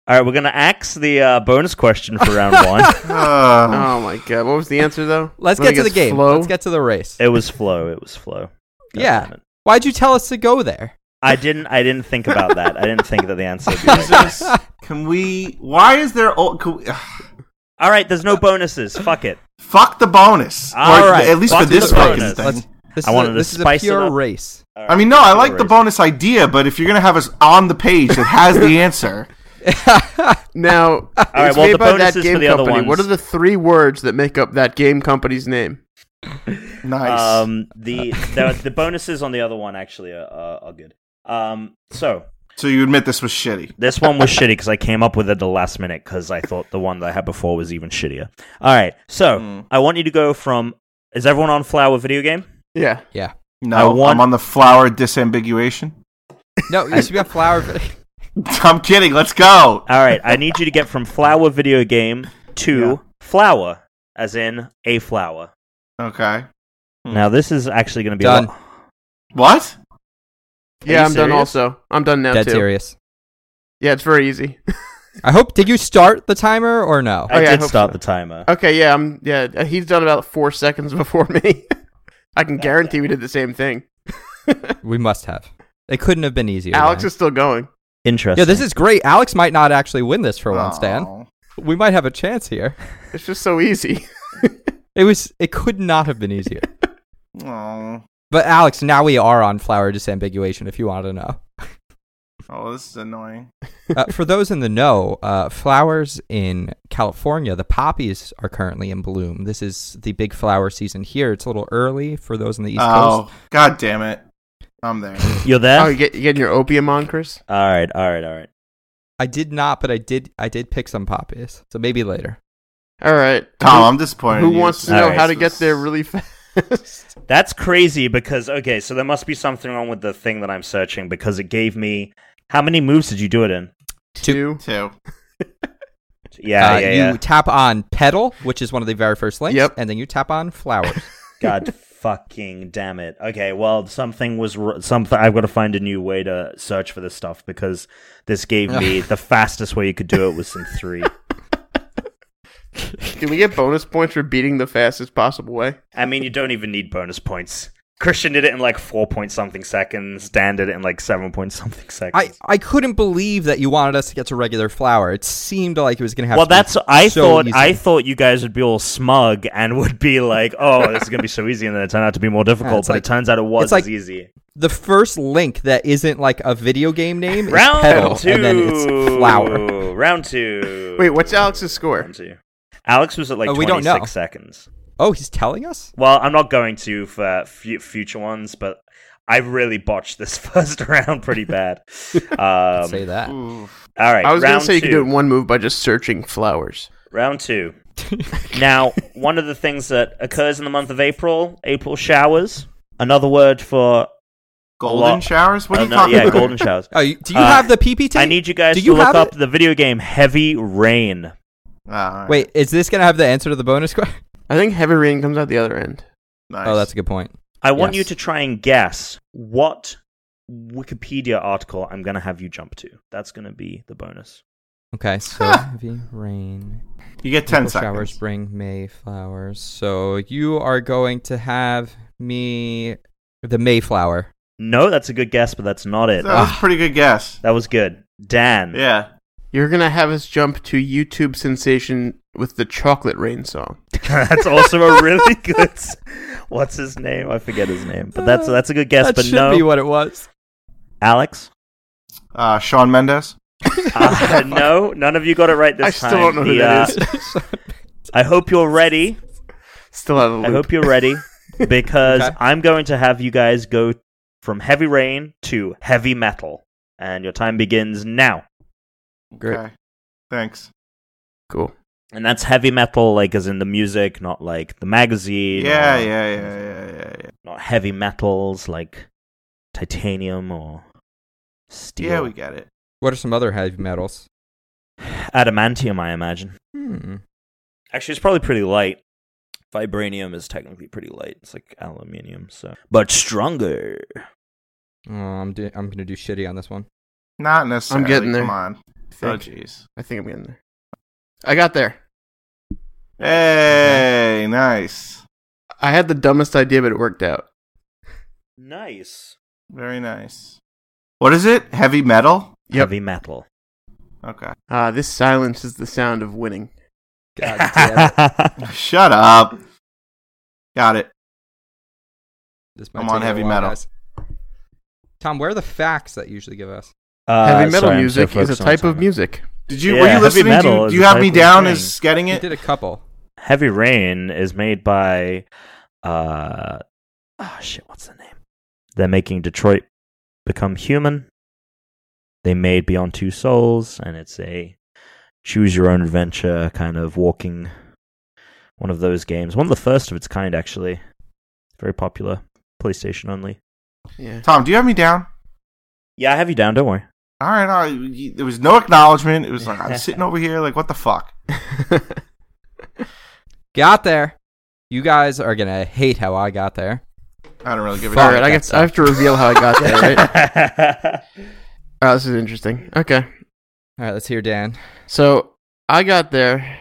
D: all right, we're going to axe the uh, bonus question for round 1.
B: Uh,
C: Oh my god, what was the answer though?
A: Let's
C: Wanna
A: get to the
C: guess
A: game.
C: Flow?
A: Let's get to the race.
D: It was flow, it was flow. God
A: Yeah.
D: damn it.
A: Why'd you tell us to go there?
D: I didn't I didn't think about that. I didn't think that the answer would be like that.
B: Jesus. Can we? Why is there? o- Can we,
D: All right, there's no bonuses. Fuck it.
B: fuck the bonus.
D: All
B: or
D: right,
B: At least
D: fuck
B: for this
D: the
B: fucking
D: bonus.
B: thing.
A: Let's- This
D: I
A: is
D: wanted
A: a,
D: to
A: this is a
D: spice it
A: pure
D: up.
A: race.
B: I mean, no, I like the bonus idea, but if you're gonna have us on the page that has the answer,
C: Now, all
D: right,
C: it's
D: well,
C: made
D: the
C: by
D: bonus
C: that
D: is for
C: game
D: the other
C: company. What are
D: ones.
C: the three words that make up that game company's name?
B: nice.
D: Um, the the, the bonuses on the other one actually are, are, are good. Um, so
B: So you admit this was shitty.
D: This one was shitty because I came up with it the last minute because I thought the one that I had before was even shittier. All right, so
B: Mm.
D: I want you to go from is everyone on flower video game?
C: Yeah.
D: I
B: No,
D: want-
B: I'm on the flower disambiguation.
A: No, you should be on flower. Video.
B: I'm kidding. Let's go.
D: All right, I need you to get from flower video game to
B: Yeah.
D: flower, as in a flower.
B: Okay. Hmm.
D: Now this is actually going to be
A: Done.
D: A lot-
B: What?
D: Are
C: Yeah,
D: you
C: I'm done
D: serious?
C: also. I'm done now
A: Dead
C: too.
A: serious.
C: Yeah, it's very easy.
A: I hope. Did you start the timer or no?
C: Oh,
D: I
C: yeah, I
D: did
C: hope
D: start
C: so.
D: the timer.
C: Okay, yeah, I'm yeah, he's done about 4 seconds before me. I can guarantee we did the same thing.
A: We must have. It couldn't have been easier.
C: Alex
A: man.
C: is still going.
D: Interesting.
A: Yeah, this is great. Alex might not actually win this for once, Dan.
B: Oh.
A: We might have a chance here.
C: It's just so easy.
A: It was. It could not have been easier.
B: Oh.
A: but Alex, now we are on flower disambiguation. If you want to know,
B: Oh, this is annoying.
A: uh, for those in the know, uh, flowers in California, the poppies are currently in bloom. This is the big flower season here. It's a little early for those in the East Coast.
B: Oh, god damn it. I'm there.
D: You're there.
C: Oh, you get you getting your opium on, Chris?
D: All right, all right, all right.
A: I did not, but I did. I did pick some poppies, so maybe later.
C: All right.
B: Tom, I'm disappointed.
C: Who
B: in you.
C: wants to
D: All
C: know
D: right.
C: how to get there really fast?
D: That's crazy because okay, so there must be something wrong with the thing that I'm searching because it gave me how many moves did you do it in?
C: Two.
B: Two.
D: Yeah,
A: Uh,
D: yeah,
A: you
D: yeah.
A: tap on pedal, which is one of the very first links,
C: Yep.
A: and then you tap on flowers.
D: God fucking damn it. Okay, well, something was r- something. I've got to find a new way to search for this stuff because this gave me the fastest way you could do it was in three.
C: Can we get bonus points for beating the fastest possible way?
D: I mean, you don't even need bonus points. Christian did it in like four point something seconds. Dan did it in like seven point something
A: I,
D: seconds.
A: I couldn't believe that you wanted us to get to regular flour. It seemed like it was gonna have.
D: well,
A: to be
D: that's I
A: so
D: thought.
A: easy.
D: I thought you guys would be all smug and would be like, "Oh, this is gonna be so easy," and then it turned out to be more difficult.
A: it's
D: but
A: like-
D: it turns out it was
A: it's like-
D: as easy.
A: the first link that isn't like a video game name is
D: Round
A: pedal,
D: two.
A: and then it's flour.
D: Round two.
C: Wait, what's Alex's score?
D: Round two. Alex was at like
A: Oh, we
D: 26
A: don't know.
D: seconds.
A: Oh, he's telling us.
D: Well, I'm not going to for f- future ones, but I really botched this first round pretty bad. Um,
A: Say that.
B: Oof.
D: All right,
C: I was going
D: round
C: to say you
D: two.
C: could do it in one move by just searching flowers.
D: Round two. now, one of the things that occurs in the month of April, April showers. Another word for
B: Golden showers? What are
D: uh,
B: you
D: no,
B: talking
D: yeah,
B: about?
D: golden showers.
A: Oh, you, do you
D: Uh,
A: have the PPT?
D: I need you guys
A: Do
D: to
A: you
D: look
A: have
D: up
A: it?
D: the video game Heavy Rain.
B: Ah, all right.
A: Wait, is this gonna have the answer to the bonus question?
C: I think heavy rain comes out the other end.
B: Nice.
A: Oh, that's a good point.
D: I want
A: Yes.
D: you to try and guess what Wikipedia article I'm going to have you jump to. That's going to be the bonus.
A: Okay, so
B: Huh.
A: heavy rain,
B: you get 10
A: April showers,
B: seconds.
A: spring, May flowers. So you are going to have me the Mayflower.
D: No, that's a good guess, but that's not it.
B: That
C: Ah.
B: was a pretty good guess.
D: That was good. Dan.
B: Yeah.
C: You're going to have us jump to YouTube sensation with the Chocolate Rain song.
D: that's also a really good. What's his name? I forget his name, but that's that's a good guess.
A: that
D: but
A: should
D: no,
A: be what it was.
D: Alex.
B: Uh, Sean Mendes?
D: Uh, no, none of you got it right this
C: I
D: time.
C: still don't know who
D: The,
C: that
D: uh,
C: is.
D: I hope you're ready.
C: Still out of the
D: I
C: loop.
D: hope you're ready because
A: Okay.
D: I'm going to have you guys go from heavy rain to heavy metal, and your time begins now.
A: Great.
B: Okay. Thanks.
C: cool.
D: And that's heavy metal, like as in the music, not like the magazine.
B: Yeah,
D: or-
B: yeah, yeah, yeah, yeah, yeah.
D: Not heavy metals like titanium or steel.
B: Yeah, we get it.
A: What are some other heavy metals?
D: Adamantium, I imagine.
A: Hmm.
D: Actually, it's probably pretty light. Vibranium is technically pretty light. It's like aluminium, so but stronger.
A: Oh, I'm do- I'm gonna do shitty on this one.
B: Not necessarily.
C: getting there.
B: Come on. Oh,
C: Thank you.
B: jeez.
C: I think I'm getting there. I got there.
B: Hey, nice.
C: I had the dumbest idea, but it worked out.
D: Nice.
B: Very nice. What is it? Heavy metal?
C: Yep.
D: Heavy metal.
B: Okay.
C: Ah, this silence is the sound of winning.
A: God damn it.
B: Shut up. Got it.
A: This might
B: I'm on
A: take a
B: heavy
A: while,
B: metal.
A: guys. Tom, where are the facts that you usually give us?
D: Uh,
C: heavy metal
D: sorry, I'm so
C: music is a
D: focused on
C: type of
D: timing.
C: music.
B: Did you
D: Yeah,
B: were you
D: heavy
B: listening? Do
D: metal
B: you,
D: is
B: do you have me
D: type of
B: down
D: thing.
B: as getting
A: We
B: it?
A: did a couple.
D: Heavy Rain is made by uh oh shit, what's the name? They're making Detroit become human. they made Beyond Two Souls, and it's a choose your own adventure kind of walking one of those games. One of the first of its kind, actually. Very popular, PlayStation only.
C: Yeah.
B: Tom, do you have me down?
D: Yeah, I have you down. Don't worry.
B: All right, all right. You- there was no acknowledgement. It was like I'm sitting over here, like what the fuck?
A: Got there. You guys are gonna hate how I got there.
B: I don't really give a
C: All
A: Fuck.
B: shit.
C: right, I, guess I have to reveal how I got there, right? Oh, this is interesting. Okay.
A: All right, let's hear Dan.
C: So I got there,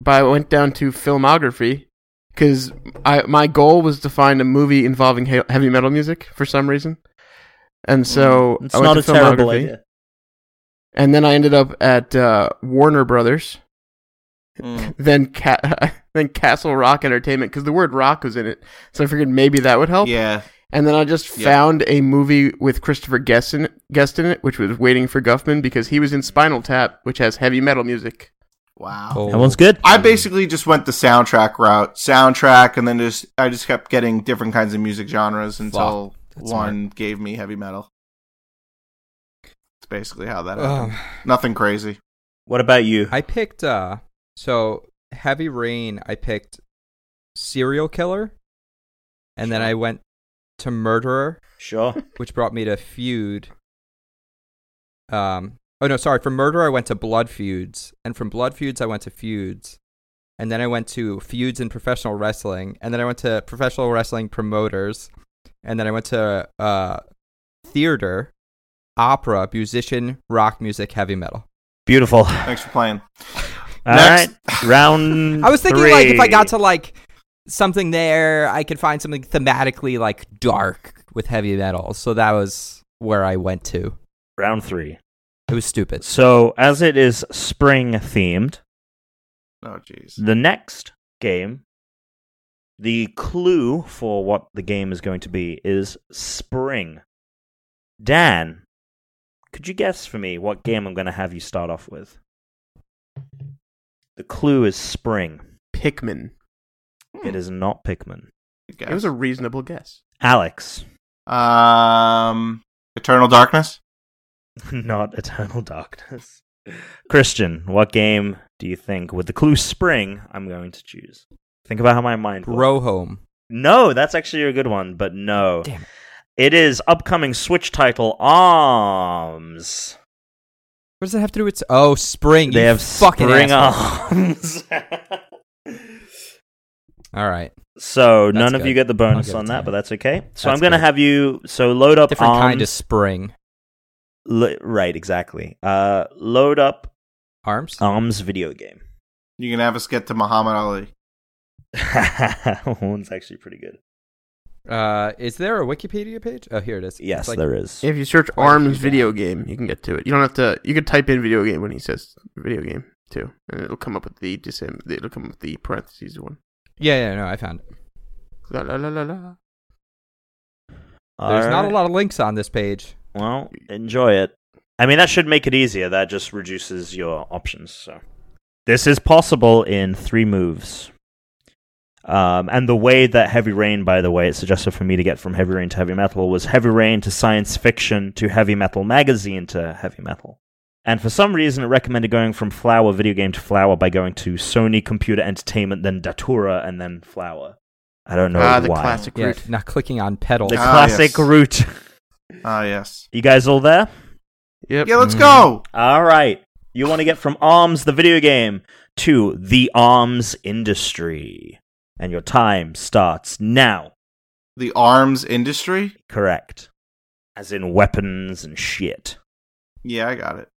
C: but I went down to filmography because I my goal was to find a movie involving he- heavy metal music for some reason, and so
D: Mm, it's
C: I went
D: not
C: to
D: a terrible
C: filmography,
D: idea.
C: And then I ended up at uh, Warner Brothers,
B: Mm.
C: then Ca- then Castle Rock Entertainment because the word rock was in it, so I figured maybe that would help.
B: Yeah,
C: And then I just
B: Yeah.
C: found a movie with Christopher Guest in, Guest in it, which was Waiting for Guffman because he was in Spinal Tap, which has heavy metal music.
B: wow.
A: Oh.
D: That one's good.
B: I basically just went the soundtrack route, soundtrack, and then just I just kept getting different kinds of music genres until
A: That's
B: one gave me heavy metal. It's basically how that happened.
A: Um,
B: Nothing crazy.
D: What about you?
A: I picked uh so Heavy Rain I picked Serial Killer and then I went to Murderer,
D: Sure.
A: which brought me to Feud. Um oh no, sorry, from Murderer I went to Blood Feuds and from Blood Feuds I went to Feuds. And then I went to Feuds in Professional Wrestling and then I went to Professional Wrestling Promoters and then I went to uh theater, opera, musician, rock music, heavy metal.
D: Beautiful. All right,
B: Thanks for playing. Next.
D: round.
A: I was thinking like if I got
D: three.
A: to like something there, I could find something thematically like dark with heavy metal. So that was where I went to.
D: round three.
A: It was stupid.
D: So as it is spring themed,
B: Oh
C: Mm.
B: jeez.
D: the next game, the clue for what the game is going to be is spring. Dan, could you guess for me what game I'm going to have you start off with? The clue is spring.
C: Pikmin.
D: It is not Pikmin.
C: It was a reasonable guess.
D: Alex,
B: um Eternal Darkness.
D: not Eternal Darkness. Christian, what game do you think with the clue spring I'm going to choose? Think about how my mind works.
A: Row home.
D: No, that's actually a good one, but no.
A: Damn it.
D: It is upcoming Switch title Arms.
A: What does it have to do with? Oh, spring.
D: They
A: you
D: have
A: fucking
D: spring
A: asshole.
D: arms.
A: All right,
D: so
A: That's
D: none of
A: good.
D: you get the
A: I'll
D: bonus
A: give it
D: on
A: to
D: that,
A: you.
D: but that's okay. So
A: That's
D: I'm going to
A: good.
D: have you. So load up
A: different
D: arms.
A: kind of spring.
D: Lo- right, exactly. Uh, load up
A: Arms.
D: Arms video game.
B: You can have us get to Muhammad Ali.
D: that one's actually pretty good.
A: Uh, is there a Wikipedia page? Oh, here it is. It's
D: Yes,
A: like-
D: there is.
C: If you search
A: Quite a few
C: ARMS
A: down.
C: video game, you can get to it. You don't have to. You could type in video game when he says video game too, and it'll come up with the dis- It'll come up with the parentheses one.
A: Yeah, yeah, no, I found it.
C: La la la la la.
A: There's not a
D: Alright.
A: lot of links on this page.
D: Well, enjoy it. I mean, that should make it easier. That just reduces your options. So, this is possible in three moves. Um, and the way that Heavy Rain, by the way, it suggested for me to get from Heavy Rain to Heavy Metal was Heavy Rain to Science Fiction to Heavy Metal Magazine to Heavy Metal. And for some reason, it recommended going from Flower video game to Flower by going to Sony Computer Entertainment, then Datura, and then Flower. I don't know
C: ah, the
D: why.
C: classic
A: Yeah,
C: route.
A: not clicking on pedal.
D: The
B: Ah,
D: classic
B: yes.
D: route.
B: Ah yes.
D: You guys all there?
C: Yep. Mm.
B: Yeah, let's go.
D: All right. You want to get from ARMS, the video game, to the ARMS industry. And your time starts now.
B: The arms industry?
D: Correct. As in weapons and shit.
B: Yeah, I got it.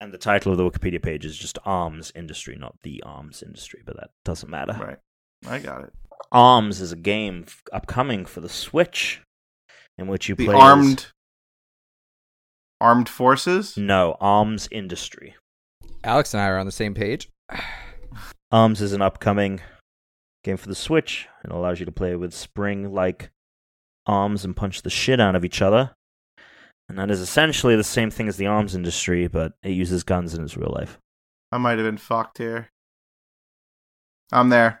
D: And the title of the Wikipedia page is just ARMS industry, not the ARMS industry, but that doesn't matter.
C: Ah.
B: Right. I got it.
D: ARMS is a game f- upcoming for the Switch in which you
B: The
D: play. as-
B: armed armed forces?
D: No, ARMS industry.
A: Alex and I are on the same page.
D: Arms is an upcoming game for the Switch. It allows you to play with spring like arms and punch the shit out of each other. And that is essentially the same thing as the arms industry, but it uses guns in its real life.
B: I might have been fucked here. I'm there.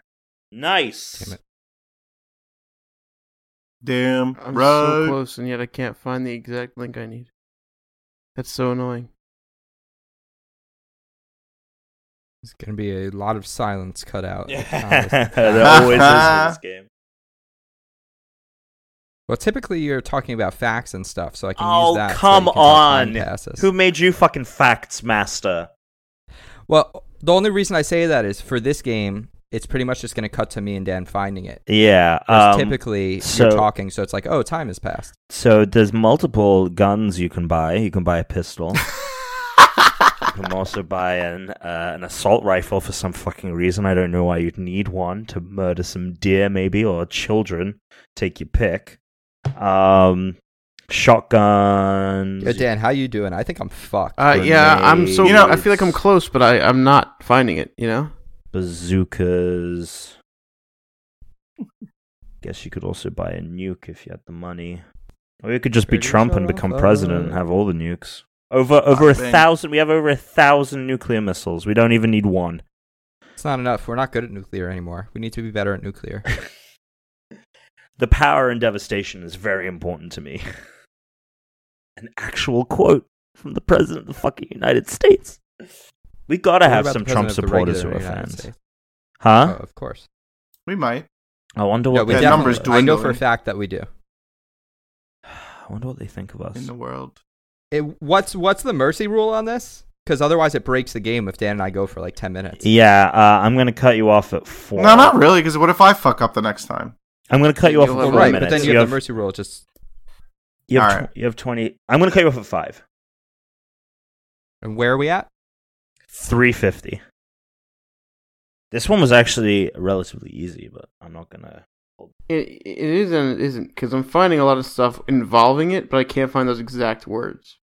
A: Damn
D: Nice.
A: it.
B: Damn
C: I'm
B: right.
C: Mm. so close, and yet I can't find the exact link I need. That's so annoying.
A: It's gonna be a lot of silence cut out.
D: Yeah. there
A: honestly.
D: always is in this game.
A: well, typically you're talking about facts and stuff, so I can
D: Oh,
A: use that. so
D: come
A: you can talk
D: on.
A: time passes.
D: Who made you fucking facts master?
A: Well, the only reason I say that is for this game, it's pretty much just gonna cut to me and Dan finding it.
D: Yeah.
A: 'Cause
D: um,
A: typically
D: so-
A: you're talking, so it's like, oh, time has passed.
D: So there's multiple guns you can buy. You can buy a pistol. you can also buy an uh, an assault rifle for some fucking reason. I don't know why you'd need one to murder some deer, maybe, or children. Take your pick. Um, shotguns.
A: Yo, Dan, how you doing? I think I'm fucked.
C: Uh, yeah, I'm so.
D: Grenades.
C: You know, I feel like I'm close, but I I'm not finding it. You know.
D: bazookas. Guess you could also buy a nuke if you had the money, or you could just be
A: Pretty
D: Trump
A: sure
D: and become
A: I'll
D: president and
A: vote.
D: have all the nukes. Over over
B: I
D: a
B: think-
D: thousand. We have over a thousand nuclear missiles. We don't even need one.
A: it's not enough. We're not good at nuclear anymore. We need to be better at nuclear.
D: The power and devastation is very important to me. An actual quote from the president of the fucking United States. We gotta
A: What
D: have
A: about
D: some
A: the
D: Trump
A: president of the
D: supporters who
A: regular
D: are
A: United
D: fans,
A: States? Oh,
D: huh?
A: of course.
B: We might.
D: I wonder
A: Yeah,
D: what
A: we
D: they
B: that
A: definitely-
B: number's
A: I know for a
B: dwindling.
A: fact that we do.
D: I wonder what they think of us.
B: in the world.
A: It, what's what's the mercy rule on this? Because otherwise, it breaks the game if Dan and I go for like ten minutes.
D: Yeah, uh, I'm gonna cut you off at four.
B: No, not really. Because what if I fuck up the next time?
D: I'm gonna cut you off at
C: You'll
A: Well,
D: four
C: have
A: right,
D: minutes.
A: but then you, have, the mercy rule. Just
D: you have,
B: Alright.
D: tw- you have twenty. I'm gonna cut you off at five.
A: and where are we at?
D: Three fifty. This one was actually relatively easy, but I'm not gonna.
C: It it is and it isn't because I'm finding a lot of stuff involving it, but I can't find those exact words.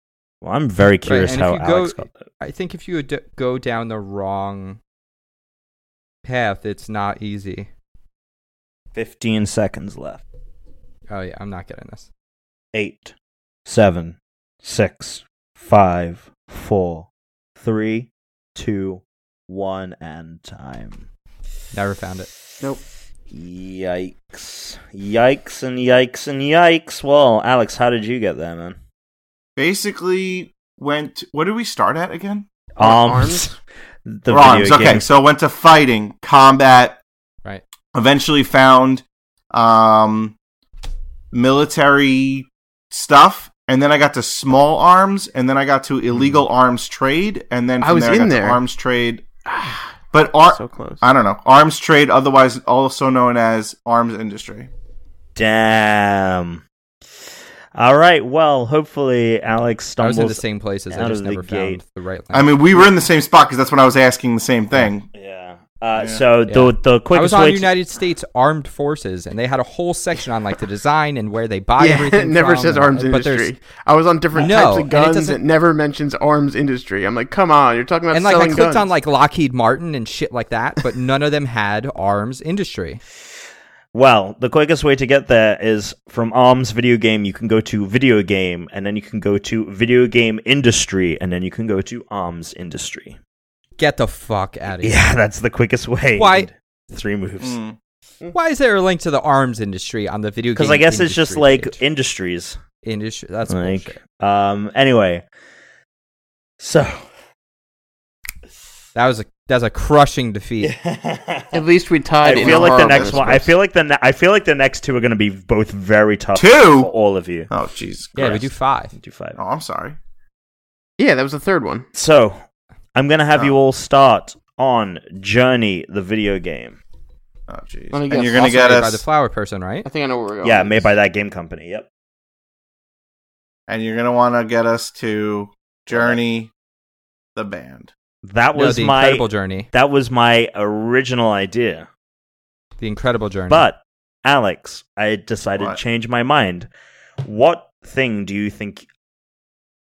D: Well, I'm very curious
A: and
D: how
A: if you go-
D: Alex got that.
A: I think if you d- go down the wrong path, it's not easy.
D: Fifteen seconds left.
A: Oh yeah, I'm not getting this.
D: Eight, seven, six, five, four, three, two, one, and time.
A: Never found it.
C: Nope.
D: Yikes. Yikes and yikes and yikes. Well, Alex, how did you get there, man?
B: Basically, went. What did we start at again?
C: Um, Arms?
D: The
B: We're
D: video
B: arms. Okay,
D: game.
B: so went to fighting, combat.
A: Right.
B: Eventually found um, military stuff, and then I got to small arms, and then I got to illegal arms trade, and then
C: I
B: from
C: was
B: there I
C: in
B: got
C: there.
B: to arms trade. But ar-
C: so close.
B: I don't know arms trade, otherwise also known as arms industry.
D: Damn. All right. Well, hopefully Alex
A: I was in the
D: stumbles.
A: same places. I
D: out
A: just
D: of the
A: never
D: gate.
A: found the right.
B: I mean, we were in the same spot because that's when I was asking the same thing.
D: yeah. Uh,
B: Yeah.
D: So
A: Yeah.
D: the the
A: I was
D: quickest
A: on
D: way. to-
A: United States Armed Forces, and they had a whole section on like the design and where they buy
C: yeah,
A: everything.
C: it never
A: from,
C: says arms
A: and- but there's-
C: industry. I was on different
A: No,
C: types
A: and
C: of
A: it
C: guns. It,
A: doesn't-
C: never mentions arms industry. I'm like, come on, you're talking about
A: And like I
C: selling
A: clicked
C: guns.
A: on like Lockheed Martin and shit like that, but none of them had arms industry.
D: well, the quickest way to get there is from Arms video game. You can go to video game, and then you can go to video game industry, and then you can go to Arms industry.
A: Get the fuck out of here.
D: Yeah, that's the quickest way.
A: Why-
D: Three moves.
B: Mm.
A: Why is there a link to the arms industry on the video game?
D: Because I guess it's just
A: industry
D: like
A: page?
D: industries.
A: industry. That's
D: like,
A: bullshit.
D: Um. Anyway, so
A: That was a that's a crushing defeat.
C: At least we
D: I
C: tied. in
D: feel like the
C: horrible
D: next one. I
C: space.
D: feel like the ne- I feel like the next two are going to be both very tough.
B: Two?
D: for all of you.
B: Oh, jeez.
A: Yeah, we
D: Christ.
A: do five.
D: Do five.
B: Oh, I'm sorry.
C: Yeah, that was the third one.
D: So I'm going to have
B: Oh.
D: you all start on Journey, the video game.
B: Oh, jeez.
C: Let me
B: And
C: guess.
B: you're gonna
C: Also
B: get
A: Made by the
B: us,
A: flower person, right?
C: I think I know where
B: Oh,
C: we're going.
D: yeah, made by that game company. Yep.
B: and you're gonna want to get us to Journey, the band.
D: That
A: No,
D: was
A: the
D: my
A: incredible journey.
D: that was my original idea.
A: The incredible journey.
D: But Alex, I decided
B: What?
D: to change my mind. What thing do you think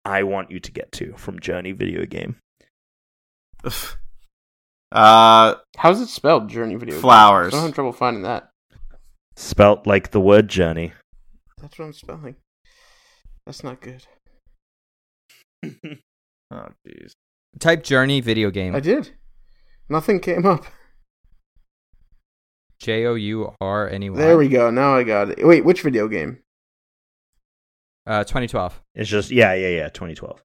D: I want you to get to from Journey video game?
B: Uh,
C: How's it spelled? Journey video. games?
B: Flowers.
C: I'm having trouble finding that.
D: Spelt like the word journey.
C: That's what I'm spelling. That's not good.
B: oh, jeez.
A: type journey video game.
C: I did. Nothing came up.
A: J O U R N E Y.
C: There we go. Now I got it. Wait, which video game?
A: Uh, 2012.
D: It's just yeah, yeah, yeah. 2012.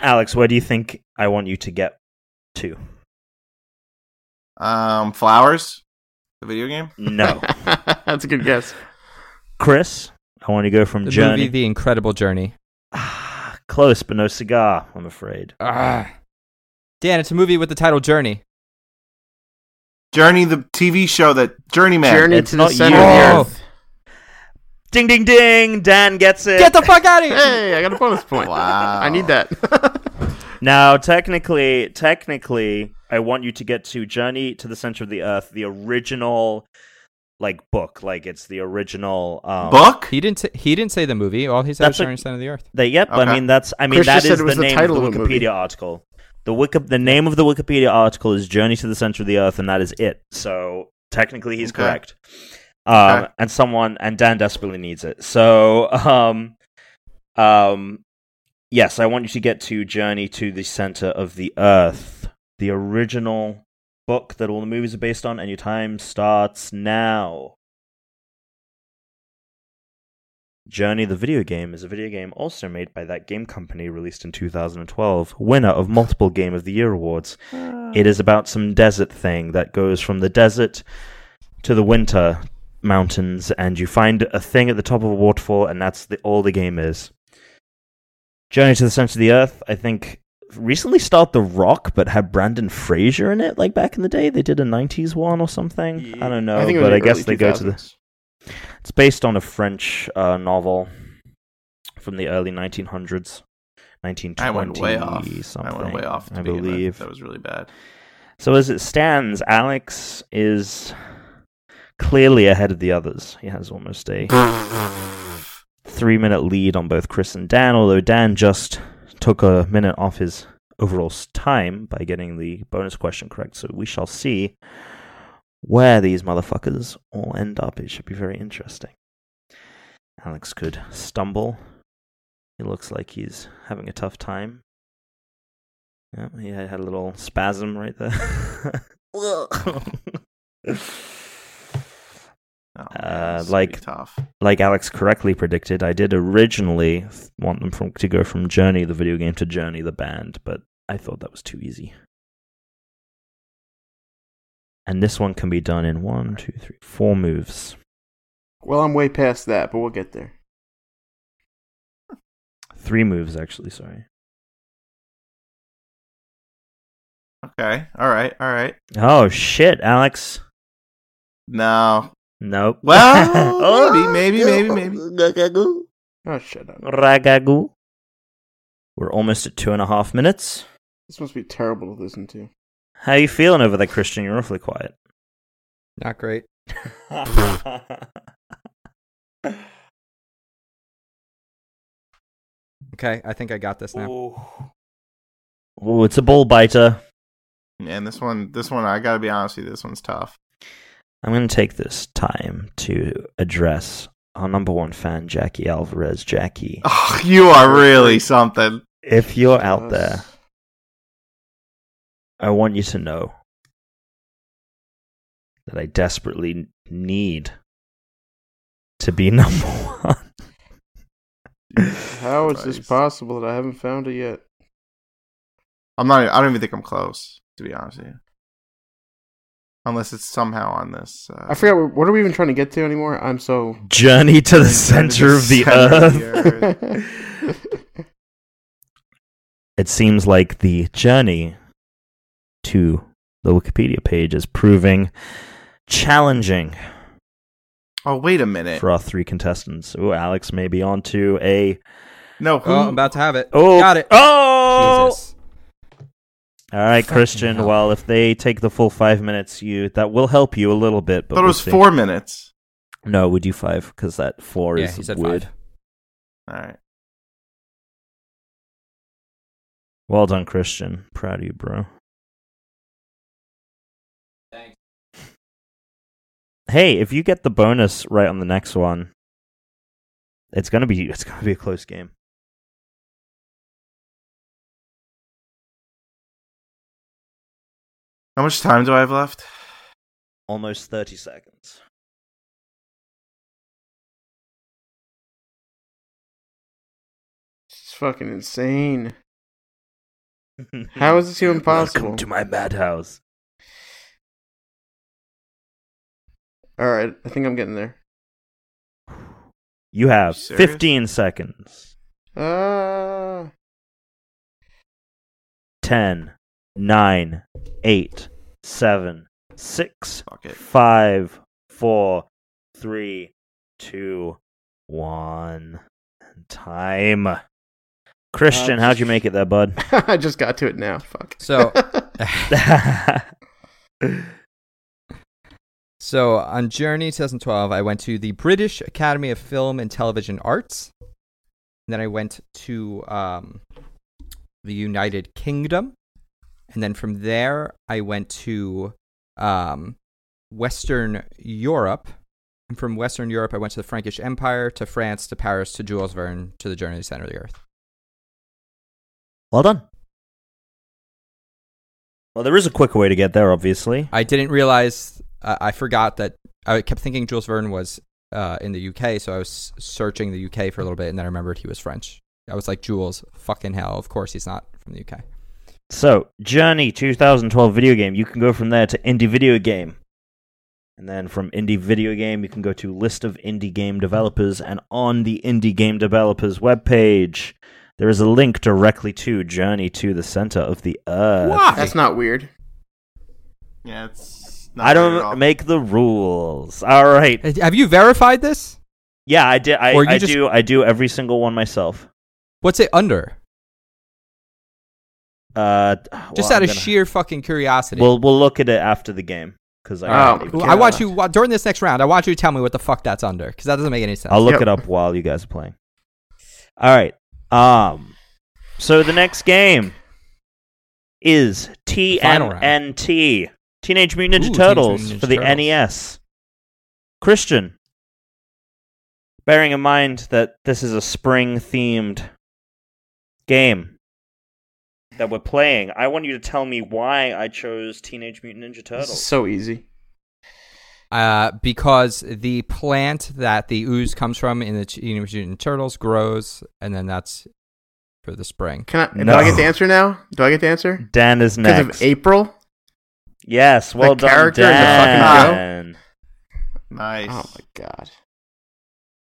D: Alex, where do you think I want you to get to?
B: Um, flowers, the video game.
D: No.
C: That's a good guess.
D: Chris, I want to go from
A: The
D: Journey.
A: movie The Incredible Journey.
D: Ah, Close, but no cigar, I'm afraid.
A: Ugh. Dan, it's a movie with the title Journey.
B: Journey, the TV show that Journeyman.
C: Journey
D: it's
C: to the
D: not
C: center
A: you. Oh.
C: of the earth.
D: Ding, ding, ding! Dan gets it!
A: Get the fuck out of here!
C: Hey, I got a bonus point.
B: Wow.
C: I need that.
D: Now, technically, technically, I want you to get to Journey to the Center of the Earth, the original, like book, like it's the original um,
B: book.
A: He didn't. Say, he didn't say the movie. All he said
D: That's
A: was
D: a-
A: Journey to the Center of the Earth.
D: That, yep,
B: Okay.
D: I mean that's I mean
C: Chris
D: that
C: just said
D: is
C: it
D: the
C: was the
D: name
C: title
D: of
C: of
D: the
C: the
D: Wikipedia
C: movie.
D: article. The Wiki, the name of the Wikipedia article is Journey to the Center of the Earth, and that is it. So technically, he's
B: Okay.
D: correct. Um,
B: Okay.
D: And someone and Dan desperately needs it. So, um, um, yes, I want you to get to Journey to the Center of the Earth, the original book that all the movies are based on, and your time starts now. Journey, the video game, is a video game also made by that game company released in 2012, winner of multiple Game of the Year awards.
C: Ah.
D: It is about some desert thing that goes from the desert to the winter mountains, and you find a thing at the top of a waterfall, and that's the, all the game is. Journey to the Center of the Earth, I think, recently starred The Rock, but had Brandon Fraser in it, like back in the day. They did a 90s one or something. I don't know,
C: I think it was
D: but I
C: in
D: guess
C: early
D: they go to the.
C: 2000s.
D: It's based on a French uh, novel from the early 1900s, 1920
B: I went way off.
D: something.
B: I went way off. To
D: I
B: begin with.
D: believe.
B: that was really bad.
D: So as it stands, Alex is clearly ahead of the others. He has almost a three-minute lead on both Chris and Dan, although Dan just took a minute off his overall s- time by getting the bonus question correct. So we shall see where these motherfuckers all end up. It should be very interesting. Alex could stumble. He looks like he's having a tough time. Yeah, he had had a little spasm right there.
B: Oh,
D: Uh,
B: that's
D: like-
B: pretty tough.
D: like Alex correctly predicted, I did originally want them from, to go from Journey, the video game, to Journey, the band, but I thought that was too easy. And this one can be done in one, two, three, four moves.
C: well, I'm way past that, but we'll get there.
D: Three moves, actually, sorry.
B: Okay. All right. All right.
D: Oh, shit, Alex.
B: No.
D: Nope. Oh,
B: Well, maybe, maybe, maybe,
D: maybe.
C: Oh, shut up.
D: Ragagu. We're almost at two and a half minutes.
C: This must be terrible to listen to.
D: How you feeling over there, Christian? You're awfully quiet.
A: Not great. Okay, I think I got this now.
D: Oh, it's a bull biter.
B: And this one, this one, I gotta be honest with you. This one's tough.
D: I'm going to take this time to address our number one fan, Jackie Alvarez. Jackie,
B: Oh, you are really something.
D: if you're out there, I want you to know that I desperately need to be number one.
C: How is this
B: Christ.
C: possible that I haven't found it yet?
B: I'm not. e, I don't even think I'm close. To be honest with you, unless it's somehow on this. Uh,
C: I forgot what- what are we even trying to get to anymore. I'm so.
D: Journey to the center of the
B: Center of
D: earth.
B: the earth.
D: it seems like the journey to the Wikipedia page is proving challenging
B: oh wait a
A: Eh.
B: minute.
D: for our three contestants. Ooh, Alex may be onto a
B: No. Who,
A: Oh, I'm about to have it.
D: oh,
A: got it.
D: Oh,
A: Jesus.
D: all right,
A: Fucking
D: Christian.
A: hell.
D: Well, if they take the full five minutes, you that will help you a little bit.
B: I
D: But
B: thought it
D: we'll
B: was
D: see.
B: four minutes.
D: No, we do five because that four
A: Yeah,
D: is
A: he said
D: weird.
A: five.
B: All right.
D: Well done, Christian. Proud of you, bro.
A: Thanks.
D: Hey, if you get the bonus right on the next one, it's gonna be it's gonna be a close game.
B: How much time do I have left?
D: Almost thirty seconds.
C: It's fucking insane. How is this even possible?
D: Welcome to my madhouse.
C: All right, I think I'm getting there.
D: You have
B: You serious?
D: 15 seconds.
C: Uh,
D: 10, 9, 8, 7, 6,
B: Fuck it.
D: Five, four, three, two, one. Time. Christian,
C: Uh,
D: how'd you make it there, bud?
C: I just got to it now. Fuck.
A: So So on Journey 2012, I went to the British Academy of Film and Television Arts. And then I went to um, the United Kingdom. And then from there, I went to um, Western Europe. And from Western Europe, I went to the Frankish Empire, to France, to Paris, to Jules Verne, to the Journey to the Center of the Earth.
D: well done. Well, there is a quicker way to get there, obviously.
A: I didn't realize, uh, I forgot that I kept thinking Jules Verne was uh, in the UK, so I was searching the UK for a little bit, and then I remembered he was French. I was like, Jules, fucking hell, of course he's not from the UK.
D: So, Journey 2012 video game. You can go from there to indie video game. And then from indie video game, you can go to list of indie game developers. And on the indie game developers webpage, there is a link directly to Journey to the Center of the Earth.
C: Uh, That's not weird.
B: Yeah, it's. Not
D: I
B: good at all.
D: don't make the rules. All right.
A: Have you verified this?
D: Yeah, I did. I,
A: Or you
D: I
A: just-
D: do. I do every single one myself.
A: What's it under?
D: Uh,
A: Just
D: well,
A: out
D: I'm
A: of
D: gonna-
A: sheer fucking curiosity.
D: We'll we'll look at it after the game because I.
C: Oh,
D: can't even-
A: Well, I want you wa- during this next round. I want you to tell me what the fuck that's under, because that doesn't make any sense.
D: I'll look
C: Yep.
D: it up while you guys are playing. All right. Um. So the next game is
A: final round.
D: TMNT, Teenage Mutant Ninja
A: Ooh, Teenage
D: Turtles
A: Mutant Ninja
D: for the
A: Turtles.
D: NES. Christian, bearing in mind that this is a spring-themed game that we're playing, I want you to tell me why I chose Teenage Mutant Ninja
C: This is
D: Turtles.
C: so easy.
A: Uh, because the plant that the ooze comes from in the Teenage Mutant Turtles grows, and then that's for the spring.
C: Can I?
D: No.
C: Do I get the answer now? Do I get the answer?
D: Dan is
C: Because of
D: next.
C: April.
D: Yes, well done,
C: character is a
B: fucking
D: Dan.
B: Nice.
C: Oh my god.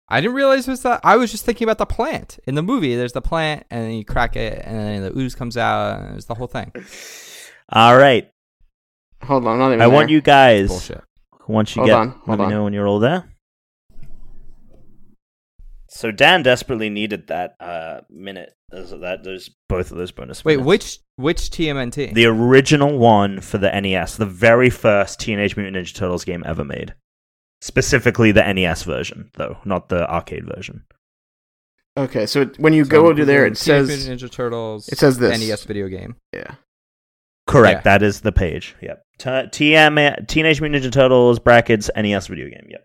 A: I didn't realize it was that. I was just thinking about the plant in the movie. There's the plant, and then you crack it, and then the ooze comes out, and it's the whole thing.
D: All right.
C: Hold on. I'm not even
D: I want
C: there.
D: you guys.
A: Bullshit.
D: Once you
C: Hold
D: get,
C: on, hold
D: let me
C: on.
D: know when you're all there. So Dan desperately needed that uh, minute. Those, that those both of those bonus.
A: Wait,
D: minutes.
A: which which TMNT?
D: The original one for the NES, the very first Teenage Mutant Ninja Turtles game ever made. Specifically, the NES version, though, not the arcade version.
C: Okay, so it- when you
A: So
C: go
A: I'm
C: over there, it
A: Teenage Mutant
C: says
A: Ninja Turtles.
C: it says this.
A: NES video game.
C: yeah.
D: Correct. That is the page. Yep. T- TM Teenage Mutant Ninja Turtles brackets NES video game. Yep.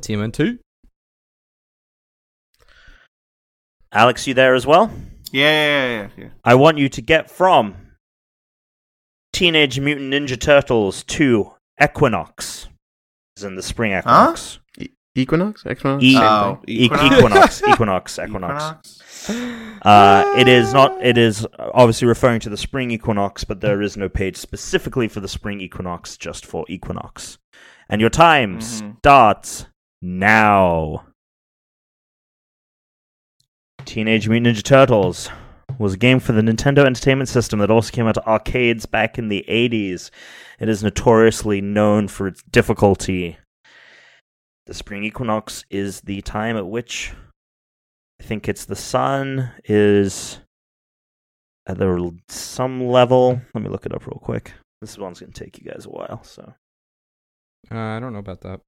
A: TMNT.
D: Alex, you there as well?
B: Yeah, yeah, yeah, yeah, yeah.
D: I want you to get from Teenage Mutant Ninja Turtles to Equinox. Is in the spring equinox.
C: E, Equinox, Equinox.
D: E-
B: Oh,
D: E-
B: Equinox?
D: equinox. Equinox. Equinox. Uh, it is not. It is obviously referring to the spring equinox, but there is no page specifically for the spring equinox, just for equinox. And your time
B: Mhm.
D: starts now. Teenage Mutant Ninja Turtles was a game for the Nintendo Entertainment System that also came out to arcades back in the 80s. It is notoriously known for its difficulty. The spring equinox is the time at which I think it's the sun is at the some level. Let me look it up real quick. This one's gonna take you guys a while. So
A: Uh, I don't know about that.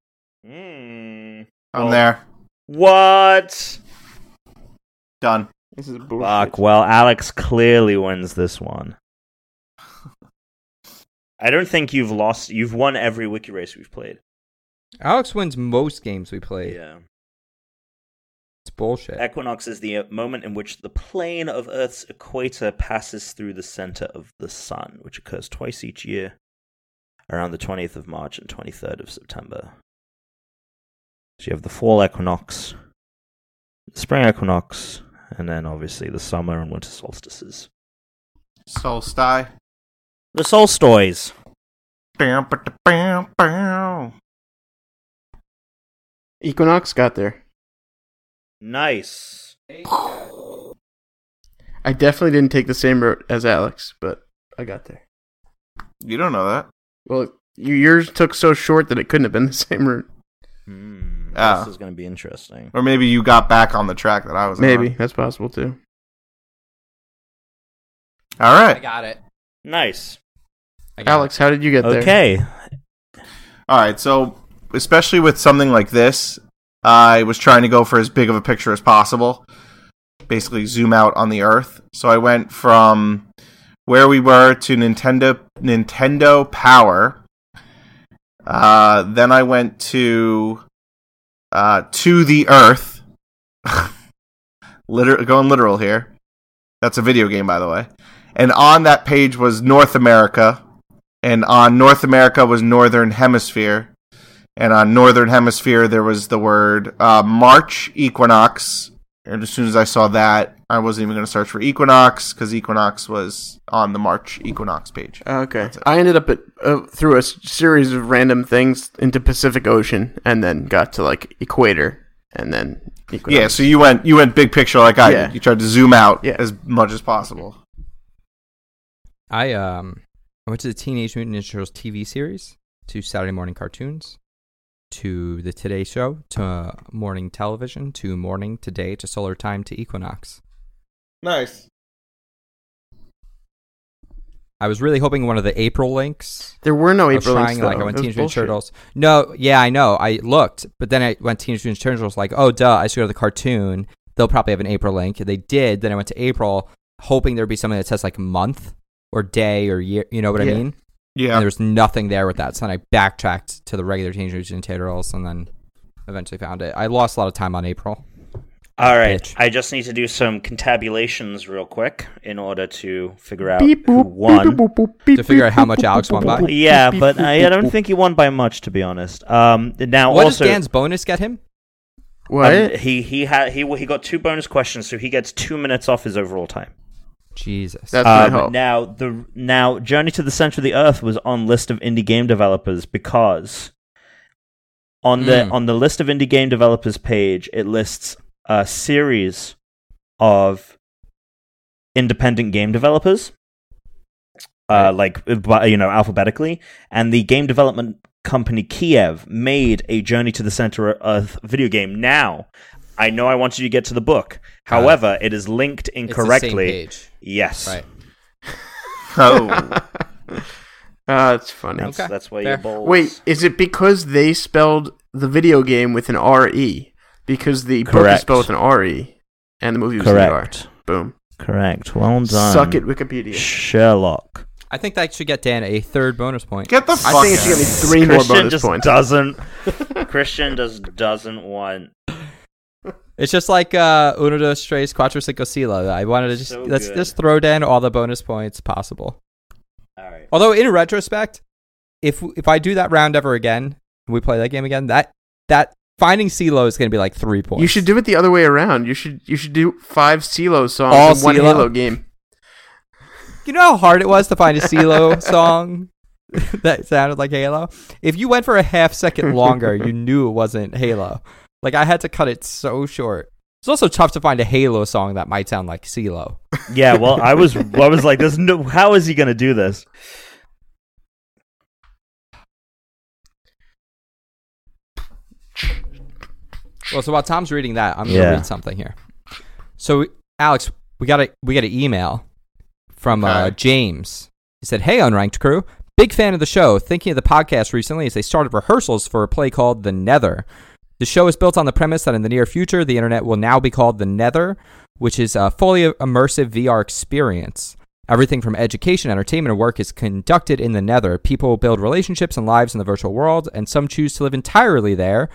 B: I'm there.
D: what?
B: Done.
C: This is bullshit.
D: Fuck. Well, Alex clearly wins this one. I don't think you've lost. You've won every wiki race we've played.
A: Alex wins most games we play.
D: Yeah.
A: It's bullshit.
D: Equinox is the uh, moment in which the plane of Earth's equator passes through the center of the sun, which occurs twice each year around the 20th of March and 23rd of September. So you have the fall equinox, the spring equinox, and then obviously the summer and winter solstices.
B: Solstai.
D: The Soul Stories.
B: Bam, ba, da, bam, bam.
C: Equinox got there.
D: Nice.
C: I definitely didn't take the same route as Alex, but I got there.
B: You don't know that.
C: Well, you- yours took so short that it couldn't have been the same route.
D: Hmm,
B: Ah.
D: This is going to be interesting.
B: Or maybe you got back on the track that I was
C: Maybe
B: on.
C: that's possible too.
B: All
A: I
B: right.
A: got it.
D: Nice.
A: I got
C: Alex, how did you get there?
D: Okay.
B: All right. So, especially with something like this, I was trying to go for as big of a picture as possible. Basically, zoom out on the Earth. So I went from where we were to Nintendo Nintendo Power. Uh, then I went to uh, to the Earth. Liter- going literal here. That's a video game, by the way. And on that page was North America, and on North America was Northern Hemisphere, and on Northern Hemisphere there was the word uh, March equinox. And as soon as I saw that, I wasn't even going to search for equinox because equinox was on the March equinox page.
C: Oh, Okay. I ended up at, uh, through a s- series of random things into Pacific Ocean, and then got to like equator, and then equinox.
B: Yeah, so you went you went big picture like I
C: Yeah.
B: did. You tried to zoom out
C: Yeah.
B: as much as possible.
A: I um I went to the Teenage Mutant Ninja Turtles TV series, to Saturday morning cartoons, to the Today Show, to morning television, to morning today, to solar time, to equinox.
B: Nice.
A: I was really hoping one of the April links.
C: there were no
A: I was
C: Oh, April
A: trying,
C: links.
A: like I
C: though.
A: went
C: It was
A: Teenage Mutant
C: bullshit.
A: Turtles. No, yeah, I know. I looked, but then I went Teenage Mutant Turtles. Like, oh, duh, I should go to the cartoon. They'll probably have an April link. They did. Then I went to April, hoping there'd be something that says like month or day or year. You know what
C: Yeah.
A: I mean?
B: Yeah.
A: And there was nothing there with that. So then I backtracked to the regular Teenage Mutant Ninja Turtles and then eventually found it. I lost a lot of time on April.
D: All right.
A: Bitch.
D: I just need to do some contabulations real quick in order to figure out
C: Beep,
D: who
C: boop,
D: won.
C: beep, boop, boop, beep,
A: To figure out
C: boop,
A: how much
C: boop,
A: Alex won
C: boop,
A: by.
C: boop, boop,
D: Yeah,
C: boop,
D: but
C: boop,
D: I, I don't
C: boop.
D: think he won by much, to be honest. Um, now
A: what
D: also,
A: does Dan's bonus get him?
C: What?
D: um, he he had he he got two bonus questions, so he gets two minutes off his overall time.
A: Jesus.
C: That's
D: Um,
C: my hope.
D: now the now Journey to the Center of the Earth was on list of indie game developers because on the
A: Mm.
D: on the list of indie game developers page it lists a series of independent game developers uh, like bu- you know alphabetically and the game development company Kiev made a Journey to the Center of Earth video game now I know I wanted you to get to the book however it is linked
A: Ah. It's the same
D: incorrectly
A: page.
D: yes
A: Right.
B: Oh.
C: Ah, it's funny.
D: That's,
A: Okay,
D: that's why
A: fair.
D: you bold.
C: Wait, is it because they spelled the video game with an R E? Because the book is
D: Correct.
C: spelled with an R E, and the movie was an R. E.
D: correct,
C: Boom.
D: correct. Well done.
C: Suck it, Wikipedia.
D: Sherlock.
A: I think that should get Dan a third bonus point.
B: Get the
C: I
B: fuck
C: think it should get me three more
D: Christian
C: bonus
D: just
C: points.
D: doesn't. Christian just doesn't want.
A: It's just like uh, Uno, dos, tres, cuatro, cinco, sila. I wanted to just
D: So
A: let's
D: good.
A: just throw Dan all the bonus points possible.
D: All right.
A: Although in retrospect, if if I do that round ever again, we play that game again, that that finding CeeLo is going to be like three points.
C: You should do it the other way around. You should you should do five CeeLo songs
A: All
C: in one
A: CeeLo.
C: Halo game.
A: You know how hard it was to find a CeeLo song that sounded like Halo? If you went for a half second longer, you knew it wasn't Halo. Like, I had to cut it so short. It's also tough to find a Halo song that might sound like CeeLo.
D: Yeah. Well, I was. I was like, "There's no. How is he going to do this?"
A: Well, so while Tom's reading that, I'm going to
D: Yeah.
A: read something here. So, Alex, we got a we got an email from uh,
B: Okay.
A: James. He said, "Hey, unranked crew, big fan of the show. Thinking of the podcast recently as they started rehearsals for a play called The Nether. The show is built on the premise that in the near future, the internet will now be called The Nether, which is a fully immersive VR experience." Everything from education, entertainment, and work is conducted in the nether. People build relationships and lives in the virtual world, and some choose to live entirely there,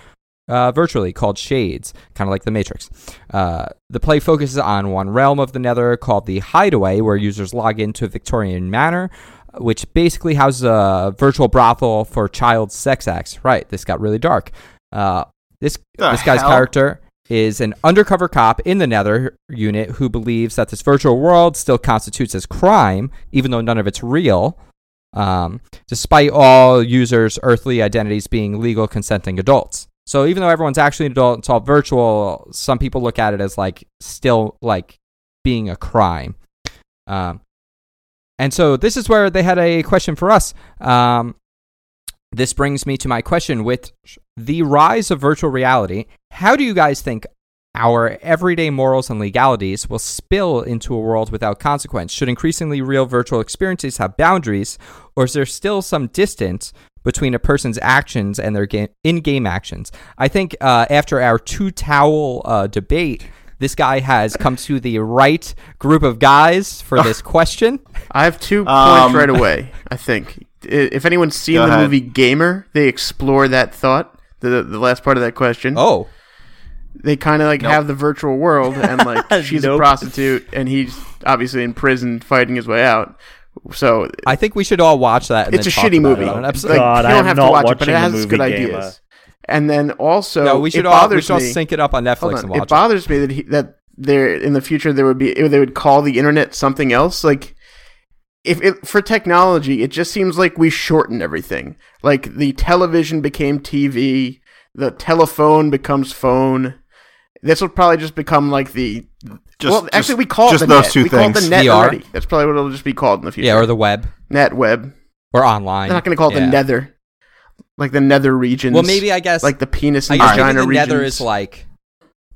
A: uh, virtually called Shades, kind of like The Matrix. Uh, the play focuses on one realm of the Nether called the Hideaway, where users log into a Victorian manor, which basically houses a virtual brothel for child sex acts. Right, this got really dark. Uh, this
B: The
A: this guy's
B: hell?
A: character is an undercover cop in the Nether unit who believes that this virtual world still constitutes as crime, even though none of it's real. Um, despite all users' earthly identities being legal consenting adults. So even though everyone's actually an adult, it's all virtual. Some people look at it as like still like being a crime. Um, and so this is where they had a question for us. Um, this brings me to my question with the rise of virtual reality. How do you guys think our everyday morals and legalities will spill into a world without consequence? Should increasingly real virtual experiences have boundaries, or is there still some distance between a person's actions and their game, in-game actions? I think uh, after our two-towel uh, debate, this guy has come to the right group of guys for this question.
C: I have two
B: Um,
C: points right away. I think I- if anyone's seen
B: Go
C: the
B: ahead.
C: movie Gamer, they explore that thought. The, the last part of that question.
A: Oh,
C: They kind of like have the virtual world, and like she's a
D: Nope.
C: prostitute, and he's obviously in prison fighting his way out. So
A: I think we should all watch that. And
C: it's a
A: then talk
C: shitty
A: about it
C: movie.
A: on an
C: Like,
A: episode.
C: you
D: God, I
C: don't
D: am
C: have to
D: not
C: watch it, but
D: watching
C: it
D: the
C: has good
D: movie Gamer.
C: ideas. And then also,
A: no, we should
C: it
A: all we
C: bothers
A: should all
C: me-
A: sync it up on Netflix
C: Hold
A: and
C: on.
A: watch
C: It bothers me that he, that there in the future there would be they would call the internet something else. Like if it, for technology, it just seems like we shorten everything. Like the television became TV, the telephone becomes phone. This will probably just become like the
B: Just-
C: well.
B: just-
C: Actually, we call it
B: just
C: the
B: those
C: net.
B: two
C: we call it the
B: things.
C: net
A: VR.
C: already. That's probably what it'll just be called in the future.
A: Yeah, or the web
C: net web.
A: or online.
C: They're not going to call it
A: Yeah.
C: the nether, like the nether regions.
A: Well, maybe I guess
C: like the penis
A: I
C: and
A: guess
C: vagina
A: maybe the
C: regions.
A: Nether is like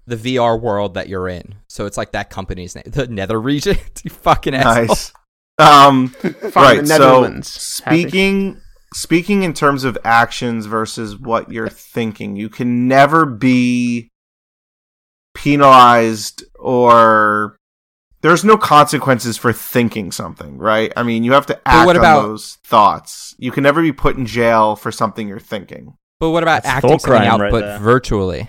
A: the VR world that you're in. So it's like that company's name, the Nether region. you fucking asshole.
B: Nice. Um,
C: Fine,
B: right.
C: the
B: So
C: Netherlands. Happy.
B: speaking speaking in terms of actions versus what you're thinking, you can never be penalized or there's no consequences for thinking something, right? I mean, you have to act
A: what about-
B: on those thoughts. You can never be put in jail for something you're thinking.
A: But what about
D: That's
A: acting
D: thought
A: something
D: crime
A: out
D: right
A: but
D: there.
A: virtually?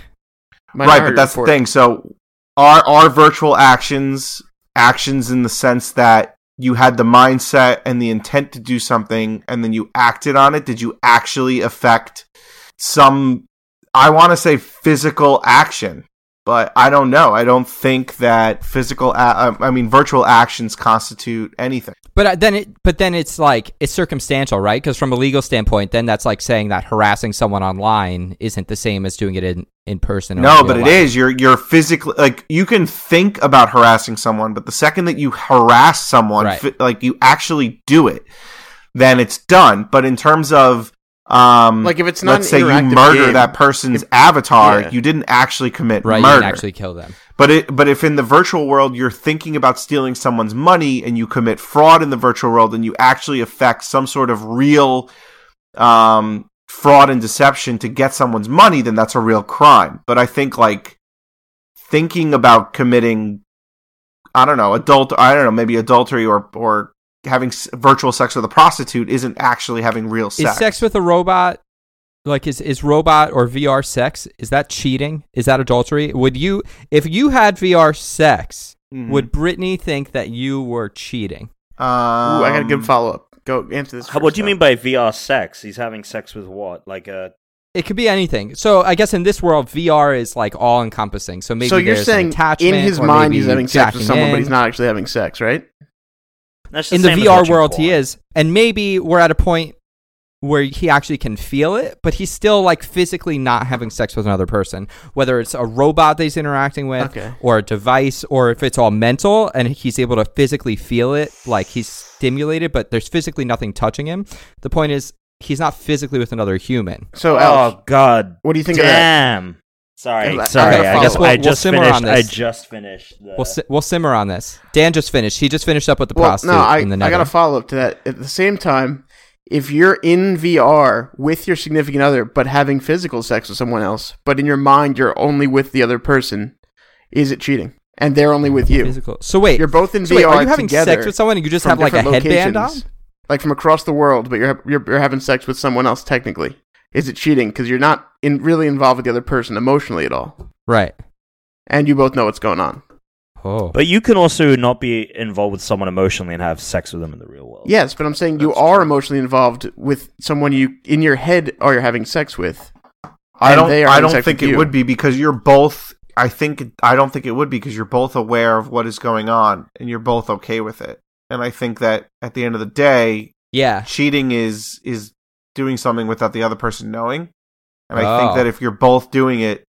B: right,
C: Minority
B: but that's
C: Report.
B: the thing. So are are virtual actions actions in the sense that you had the mindset and the intent to do something and then you acted on it? Did you actually affect some I want to say physical action, but I don't know. I don't think that physical a- I I mean virtual actions constitute anything.
A: But uh, then it, but then it's like it's circumstantial, right? Because from a legal standpoint, then that's like saying that harassing someone online isn't the same as doing it in in person. Or
B: No, but it is. You're you're physically like you can think about harassing someone, but the second that you harass someone,
A: Right.
B: fi- like you actually do it, then it's done. But in terms of um,
C: Like if it's not
B: let's
C: an
B: say you
C: interactive
B: murder
C: game,
B: that person's avatar,
C: yeah.
B: you didn't actually commit
A: Right, you
B: murder.
A: can actually kill them.
B: But it, but if in the virtual world you're thinking about stealing someone's money and you commit fraud in the virtual world and you actually affect some sort of real um, fraud and deception to get someone's money, then that's a real crime. But I think like thinking about committing, I don't know, adult, I don't know, maybe adultery or or having s- virtual sex with a prostitute isn't actually having real sex.
A: Is sex with a robot like is is robot or VR sex? Is that cheating? Is that adultery? Would you if you had VR sex?
C: Hmm.
B: Mhm.
A: Would
C: Mm-hmm.
A: Brittany think that you were cheating?
B: Um,
C: Ooh, I got a good follow up. Go answer this.
D: How- what do you
C: first,
D: mean by VR sex? He's having sex with what? Like uh, a
A: It could be anything. So I guess in this world, VR is like all encompassing. So maybe
C: so you're
A: there's an
C: saying in
A: attachment,
C: his
A: or
C: mind
A: maybe
C: he's having sex with
A: jacking
C: someone, but
A: in.
C: he's not actually having sex, right?
D: that's
A: in the
D: same as
A: VR
D: watching
A: world he
D: porn.
A: is, and maybe we're at a point where he actually can feel it, but he's still like physically not having sex with another person, whether it's a robot that he's interacting with
C: Okay.
A: or a device, or if it's all mental and he's able to physically feel it, like he's stimulated, but there's physically nothing touching him. The point is, he's not physically with another human.
C: So, Alex,
D: Oh God!
C: what do you think of that?
D: Damn. Sorry,
C: I- I
D: sorry.
A: gotta
D: I, guess
A: follow.
D: I
A: We'll- we'll
D: just
A: simmer
D: finished.
A: on
D: I
A: this.
D: just finished. The,
A: We'll si- we'll simmer on this. Dan just finished. He just finished up with the
C: Well,
A: prostitute
C: no, I, I
A: in the
C: got a
A: nether.
C: follow up to that. At the same time, if you're in VR with your significant other, but having physical sex with someone else, but in your mind you're only with the other person, is it cheating? And they're only with you.
A: Physical. So wait,
C: You're both in
A: so
C: VR
A: wait, are you having
C: together
A: sex with someone and you just
C: from
A: have like a
C: different
A: headband on?
C: locations, like from across the world, but you're, you're you're having sex with someone else technically. Is it cheating because you're not in, really involved with the other person emotionally at all,
A: Right.
C: and you both know what's going on?
A: Oh.
D: But you can also not be involved with someone emotionally and have sex with them in the real world.
C: Yes, but I'm saying you
B: That's
C: are
B: true.
C: emotionally involved with someone you in your head are you're having sex with.
B: I
C: and
B: don't.
C: they are
B: I
C: having
B: don't
C: sex
B: think
C: with
B: it
C: you.
B: would be because you're both I think I don't think it would be because you're both aware of what is going on and you're both okay with it. And I think that at the end of the day,
A: Yeah.
B: cheating is is doing something without the other person knowing. And I think
A: Oh.
B: that if you're both doing it,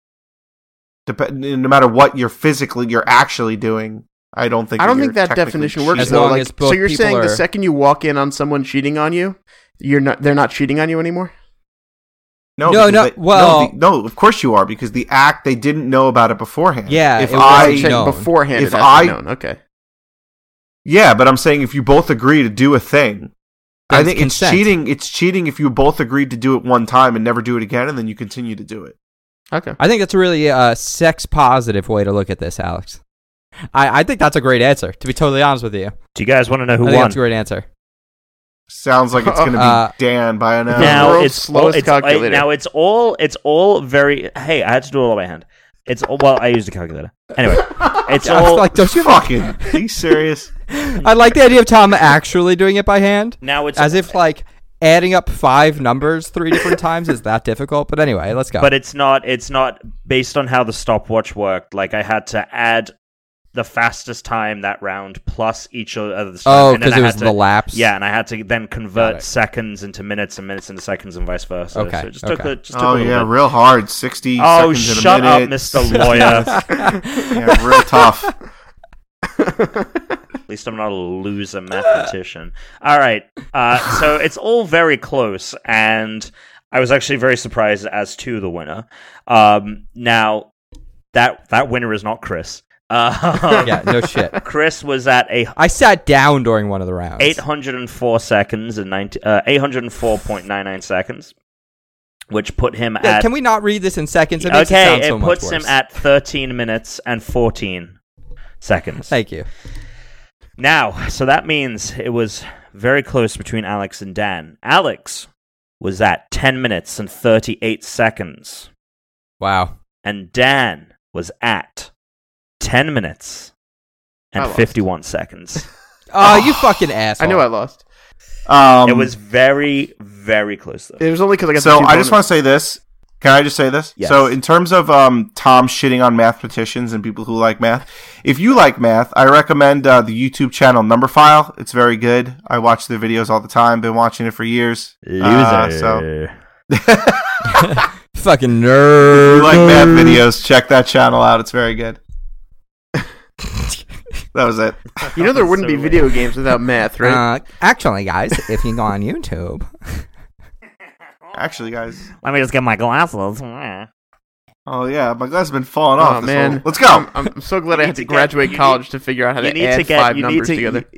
B: dep- no matter what you're physically, you're actually doing. I don't think
C: I don't
B: you're
C: think that
B: technically
C: definition
B: cheating.
C: works
A: As
C: though.
A: long
C: Like,
A: as both
C: so you're
A: people
C: saying the
A: are-
C: second you walk in on someone cheating on you, you're not they're not cheating on you anymore?
B: No,
A: No,
B: because
A: no,
B: they-
A: well-
B: the- no, Of course you are because the act they didn't know about it beforehand.
A: Yeah,
B: if
A: it
C: I
A: wasn't
B: I
C: am saying
A: known.
C: beforehand
B: If
C: it has to be
B: I-
C: known. Okay.
B: yeah, but I'm saying if you both agree to do a thing, I
A: That's
B: think
A: consent.
B: it's cheating. It's cheating if you both agreed to do it one time and never do it again, and then you continue to do it.
C: Okay.
A: I think that's a really uh, sex positive way to look at this, Alex. I, I think that's a great answer, to be totally honest with you.
D: Do you guys want to know who
A: I think
D: won?
A: that's a great answer.
B: Sounds like it's going to be
A: Uh,
B: Dan by an hour.
C: Now- World's slowest
D: all- it's,
C: calculator.
D: I- now it's all it's all very. Hey, I had to do it all by hand. It's all, well, I used a calculator anyway. It's
A: I
D: all
A: was like, don't you
B: fucking. Are you serious?
A: I like the idea of Tom actually doing it by hand,
D: now it's
A: as if like adding up five numbers three different times is that difficult. But anyway, let's go.
D: but it's not it's not based on how the stopwatch worked. Like I had to add the fastest time that round plus each other's time.
A: oh,
D: and then
A: because
D: I
A: it
D: had
A: was
D: to-
A: the lapse.
D: Yeah, and I had to then
A: Got it.
D: convert seconds into minutes and minutes into seconds and vice versa.
A: Okay,
D: so it just took
A: okay.
D: a, just took a
B: oh
D: little
B: yeah,
D: bit.
B: real hard. Sixty.
D: Oh,
B: seconds in a
D: shut up,
B: minute.
D: Mr. Lawyer.
B: Yeah, real tough.
D: At least I'm not a loser mathematician. All right. Uh, so it's all very close, and I was actually very surprised as to the winner. Um, now, that that winner is not Chris. Uh,
A: yeah, no shit.
D: Chris was at a
A: I sat down during one of the rounds.
D: 804 seconds and 90, uh, 804.99 seconds, which put him
A: Yeah,
D: at
A: can we not read this in seconds? It makes it
D: okay,
A: sound so much
D: puts him
A: worse.
D: at 13 minutes and 14 seconds.
A: Thank you.
D: Now, so that means it was very close between Alex and Dan. Alex was at 10 minutes and 38 seconds,
A: Wow.
D: and Dan was at 10 minutes
C: I
D: and
C: lost.
D: 51 seconds.
A: Oh, you fucking asshole.
C: I knew I lost.
B: Um,
D: it was very, very close, though.
C: It was only because I got
B: so
C: the two
B: I just want
C: bonus.
B: to say this. Can I just say this?
D: Yes.
B: So in terms of um, Tom shitting on mathematicians and people who like math, if you like math, I recommend uh, the YouTube channel Number File. It's very good. I watch their videos all the time. Been watching it for years.
D: Loser.
C: Ah,
B: Uh, so
A: Fucking
B: if
A: nerd.
B: you like math videos, check that channel out. It's very good. that was it.
C: you know there wouldn't
D: So
C: be video games without math, right?
A: Uh, actually, guys, if you go on YouTube,
B: Actually, guys.
D: Let me just get my glasses. I
B: Oh yeah, my glass has been falling
C: Aw,
B: off. this
C: Oh, man.
B: whole- let's go.
C: I'm, I'm so glad I
D: You need
C: had to
D: to get-
C: graduate
D: you
C: college to figure out how to add five numbers together.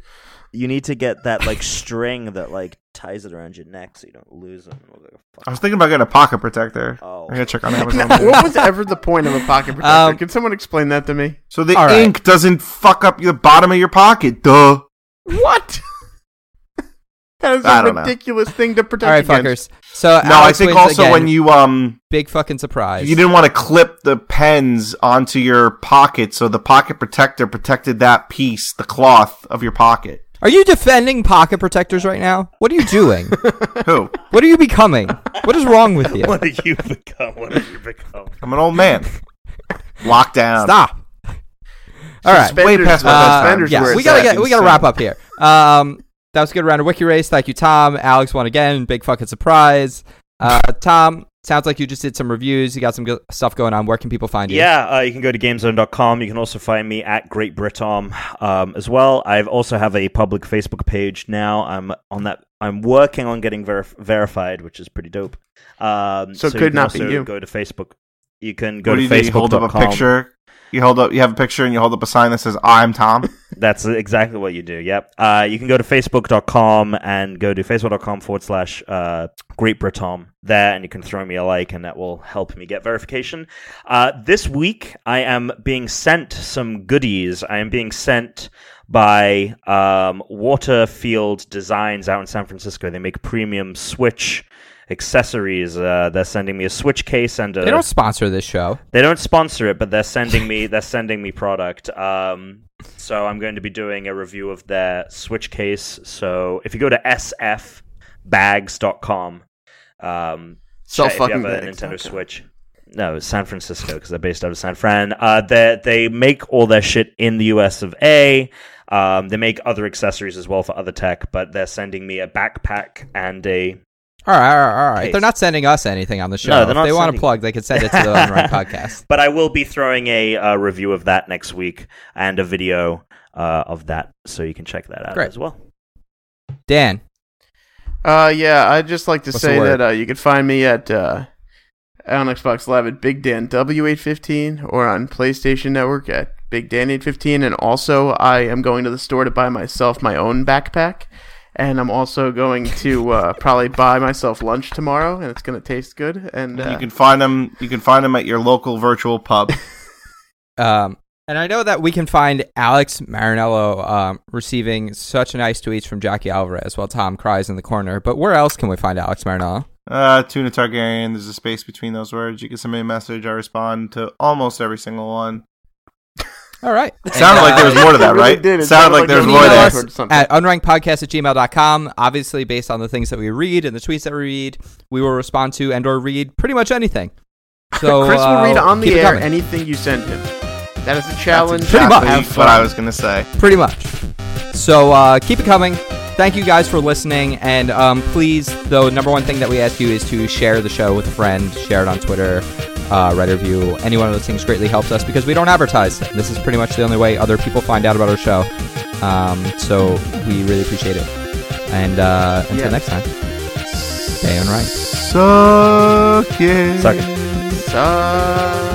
E: You, you need to get that like string that like ties it around your neck so you don't lose them. Look like a
B: I
E: fuck.
B: was thinking about getting a pocket protector.
E: Oh.
B: I'm gonna check on Amazon.
C: what was ever the point of a pocket protector?
A: Um,
C: Can someone explain that to me?
B: So the
A: All right.
B: ink doesn't fuck up the bottom of your pocket. Duh.
C: What? that is
B: I
C: a
B: don't know.
C: ridiculous thing to protect
A: all right,
C: against.
A: fuckers. So
B: No, I think also when you um
A: big fucking surprise,
B: you didn't want to clip the pens onto your pocket, so the pocket protector protected that piece, the cloth of your pocket.
A: are you defending pocket protectors right now? What are you doing?
B: Who?
A: what are you becoming? What is wrong with you?
D: What do you become? What do you become?
B: I'm an old man. Lockdown.
A: Stop. All right.
B: Way past my
A: Uh,
B: bedtime.
C: Suspenders
A: yeah,
C: were
A: we gotta
C: attacking
A: get we gotta wrap up here. Um, that was a good round of Wiki Race. Thank you, Tom. Alex won again. Big fucking surprise. Uh, Tom, sounds like you just did some reviews. You got some good stuff going on. Where can people find you?
D: Yeah, uh, you can go to gamezone.com. You can also find me at Great Britom um, as well. I have also have a public Facebook page now. I'm on that. I'm working on getting ver- verified, which is pretty dope. Um,
C: So it
D: you
C: could
D: can
C: not be
D: also
C: you.
D: Go to Facebook. You can go
B: What do
D: to
B: you do? You hold up a
D: facebook.com.
B: picture. You hold up. You have a picture, and you hold up a sign that says "I'm Tom."
D: That's exactly what you do. Yep. Uh, you can go to facebook.com and go to facebook.com forward slash uh, Great Britom there, and you can throw me a like, and that will help me get verification. Uh, this week, I am being sent some goodies. I am being sent by um, Waterfield Designs out in San Francisco. They make premium Switch accessories. Uh, they're sending me a Switch case and a
A: They don't sponsor this show.
D: they don't sponsor it, but they're sending me they're sending me product. Um, so I'm going to be doing a review of their Switch case. So if you go to sfbags.com, um,
C: Sell
D: check- if you
C: fucking
D: have a
C: bags,
D: Nintendo
C: okay.
D: Switch, no, San Francisco because they're based out of San Fran. Uh, that they make all their shit in the U.S. of A. Um, they make other accessories as well for other tech, but they're sending me a backpack and a
A: All right, all right, all right.
D: Case.
A: They're not sending us anything on the show.
D: No, they're
A: if
D: not
A: they want
D: sending-
A: to plug, they could send it to the Unrun podcast.
D: But I will be throwing a uh, review of that next week and a video uh, of that, so you can check that out
A: Great.
D: as well.
A: Dan,
C: Uh, yeah, I'd just like to
A: What's
C: say
A: the word?
C: that uh, you can find me at uh, on Xbox Live at Big Dan W815 or on PlayStation Network at Big Dan 815. And also, I am going to the store to buy myself my own backpack. And I'm also going to uh, probably buy myself lunch tomorrow, and it's going to taste good. And uh,
B: You can find them. You can find them at your local virtual pub.
A: Um, and I know that we can find Alex Marinello um, receiving such nice tweets from Jackie Alvarez while Tom cries in the corner. But where else can we find Alex Marinello?
B: Uh, Tuna Targaryen. There's a space between those words. You can send me a message. I respond to almost every single one.
A: All right.
B: It sounded like there was more to that,
C: It really
B: right?
C: did. It
B: It sounded like there was
A: you
C: it
A: can
B: more
A: email
C: really
B: there.
C: was.
A: us
C: Or something.
A: at unrankedpodcast at gmail.com. Obviously, based on the things that we read and the tweets that we read, we will respond to and or read pretty much anything. So
C: Chris will
A: uh,
C: read on
A: keep
C: the
A: it
C: air
A: coming.
C: anything you send him. That is a challenge.
A: Pretty much.
B: Exactly
C: Have
B: what
C: fun.
B: I was gonna say.
A: pretty much. So uh, keep it coming. Thank you guys for listening, and um, please, the number one thing that we ask you is to share the show with a friend, share it on Twitter, uh, write a review. Any one of those things greatly helps us because we don't advertise. This is pretty much the only way other people find out about our show. Um, so we really appreciate it. And uh, until
C: Yes.
A: next time, stay on right.
B: Suck it.
D: Suck it.
C: Suck.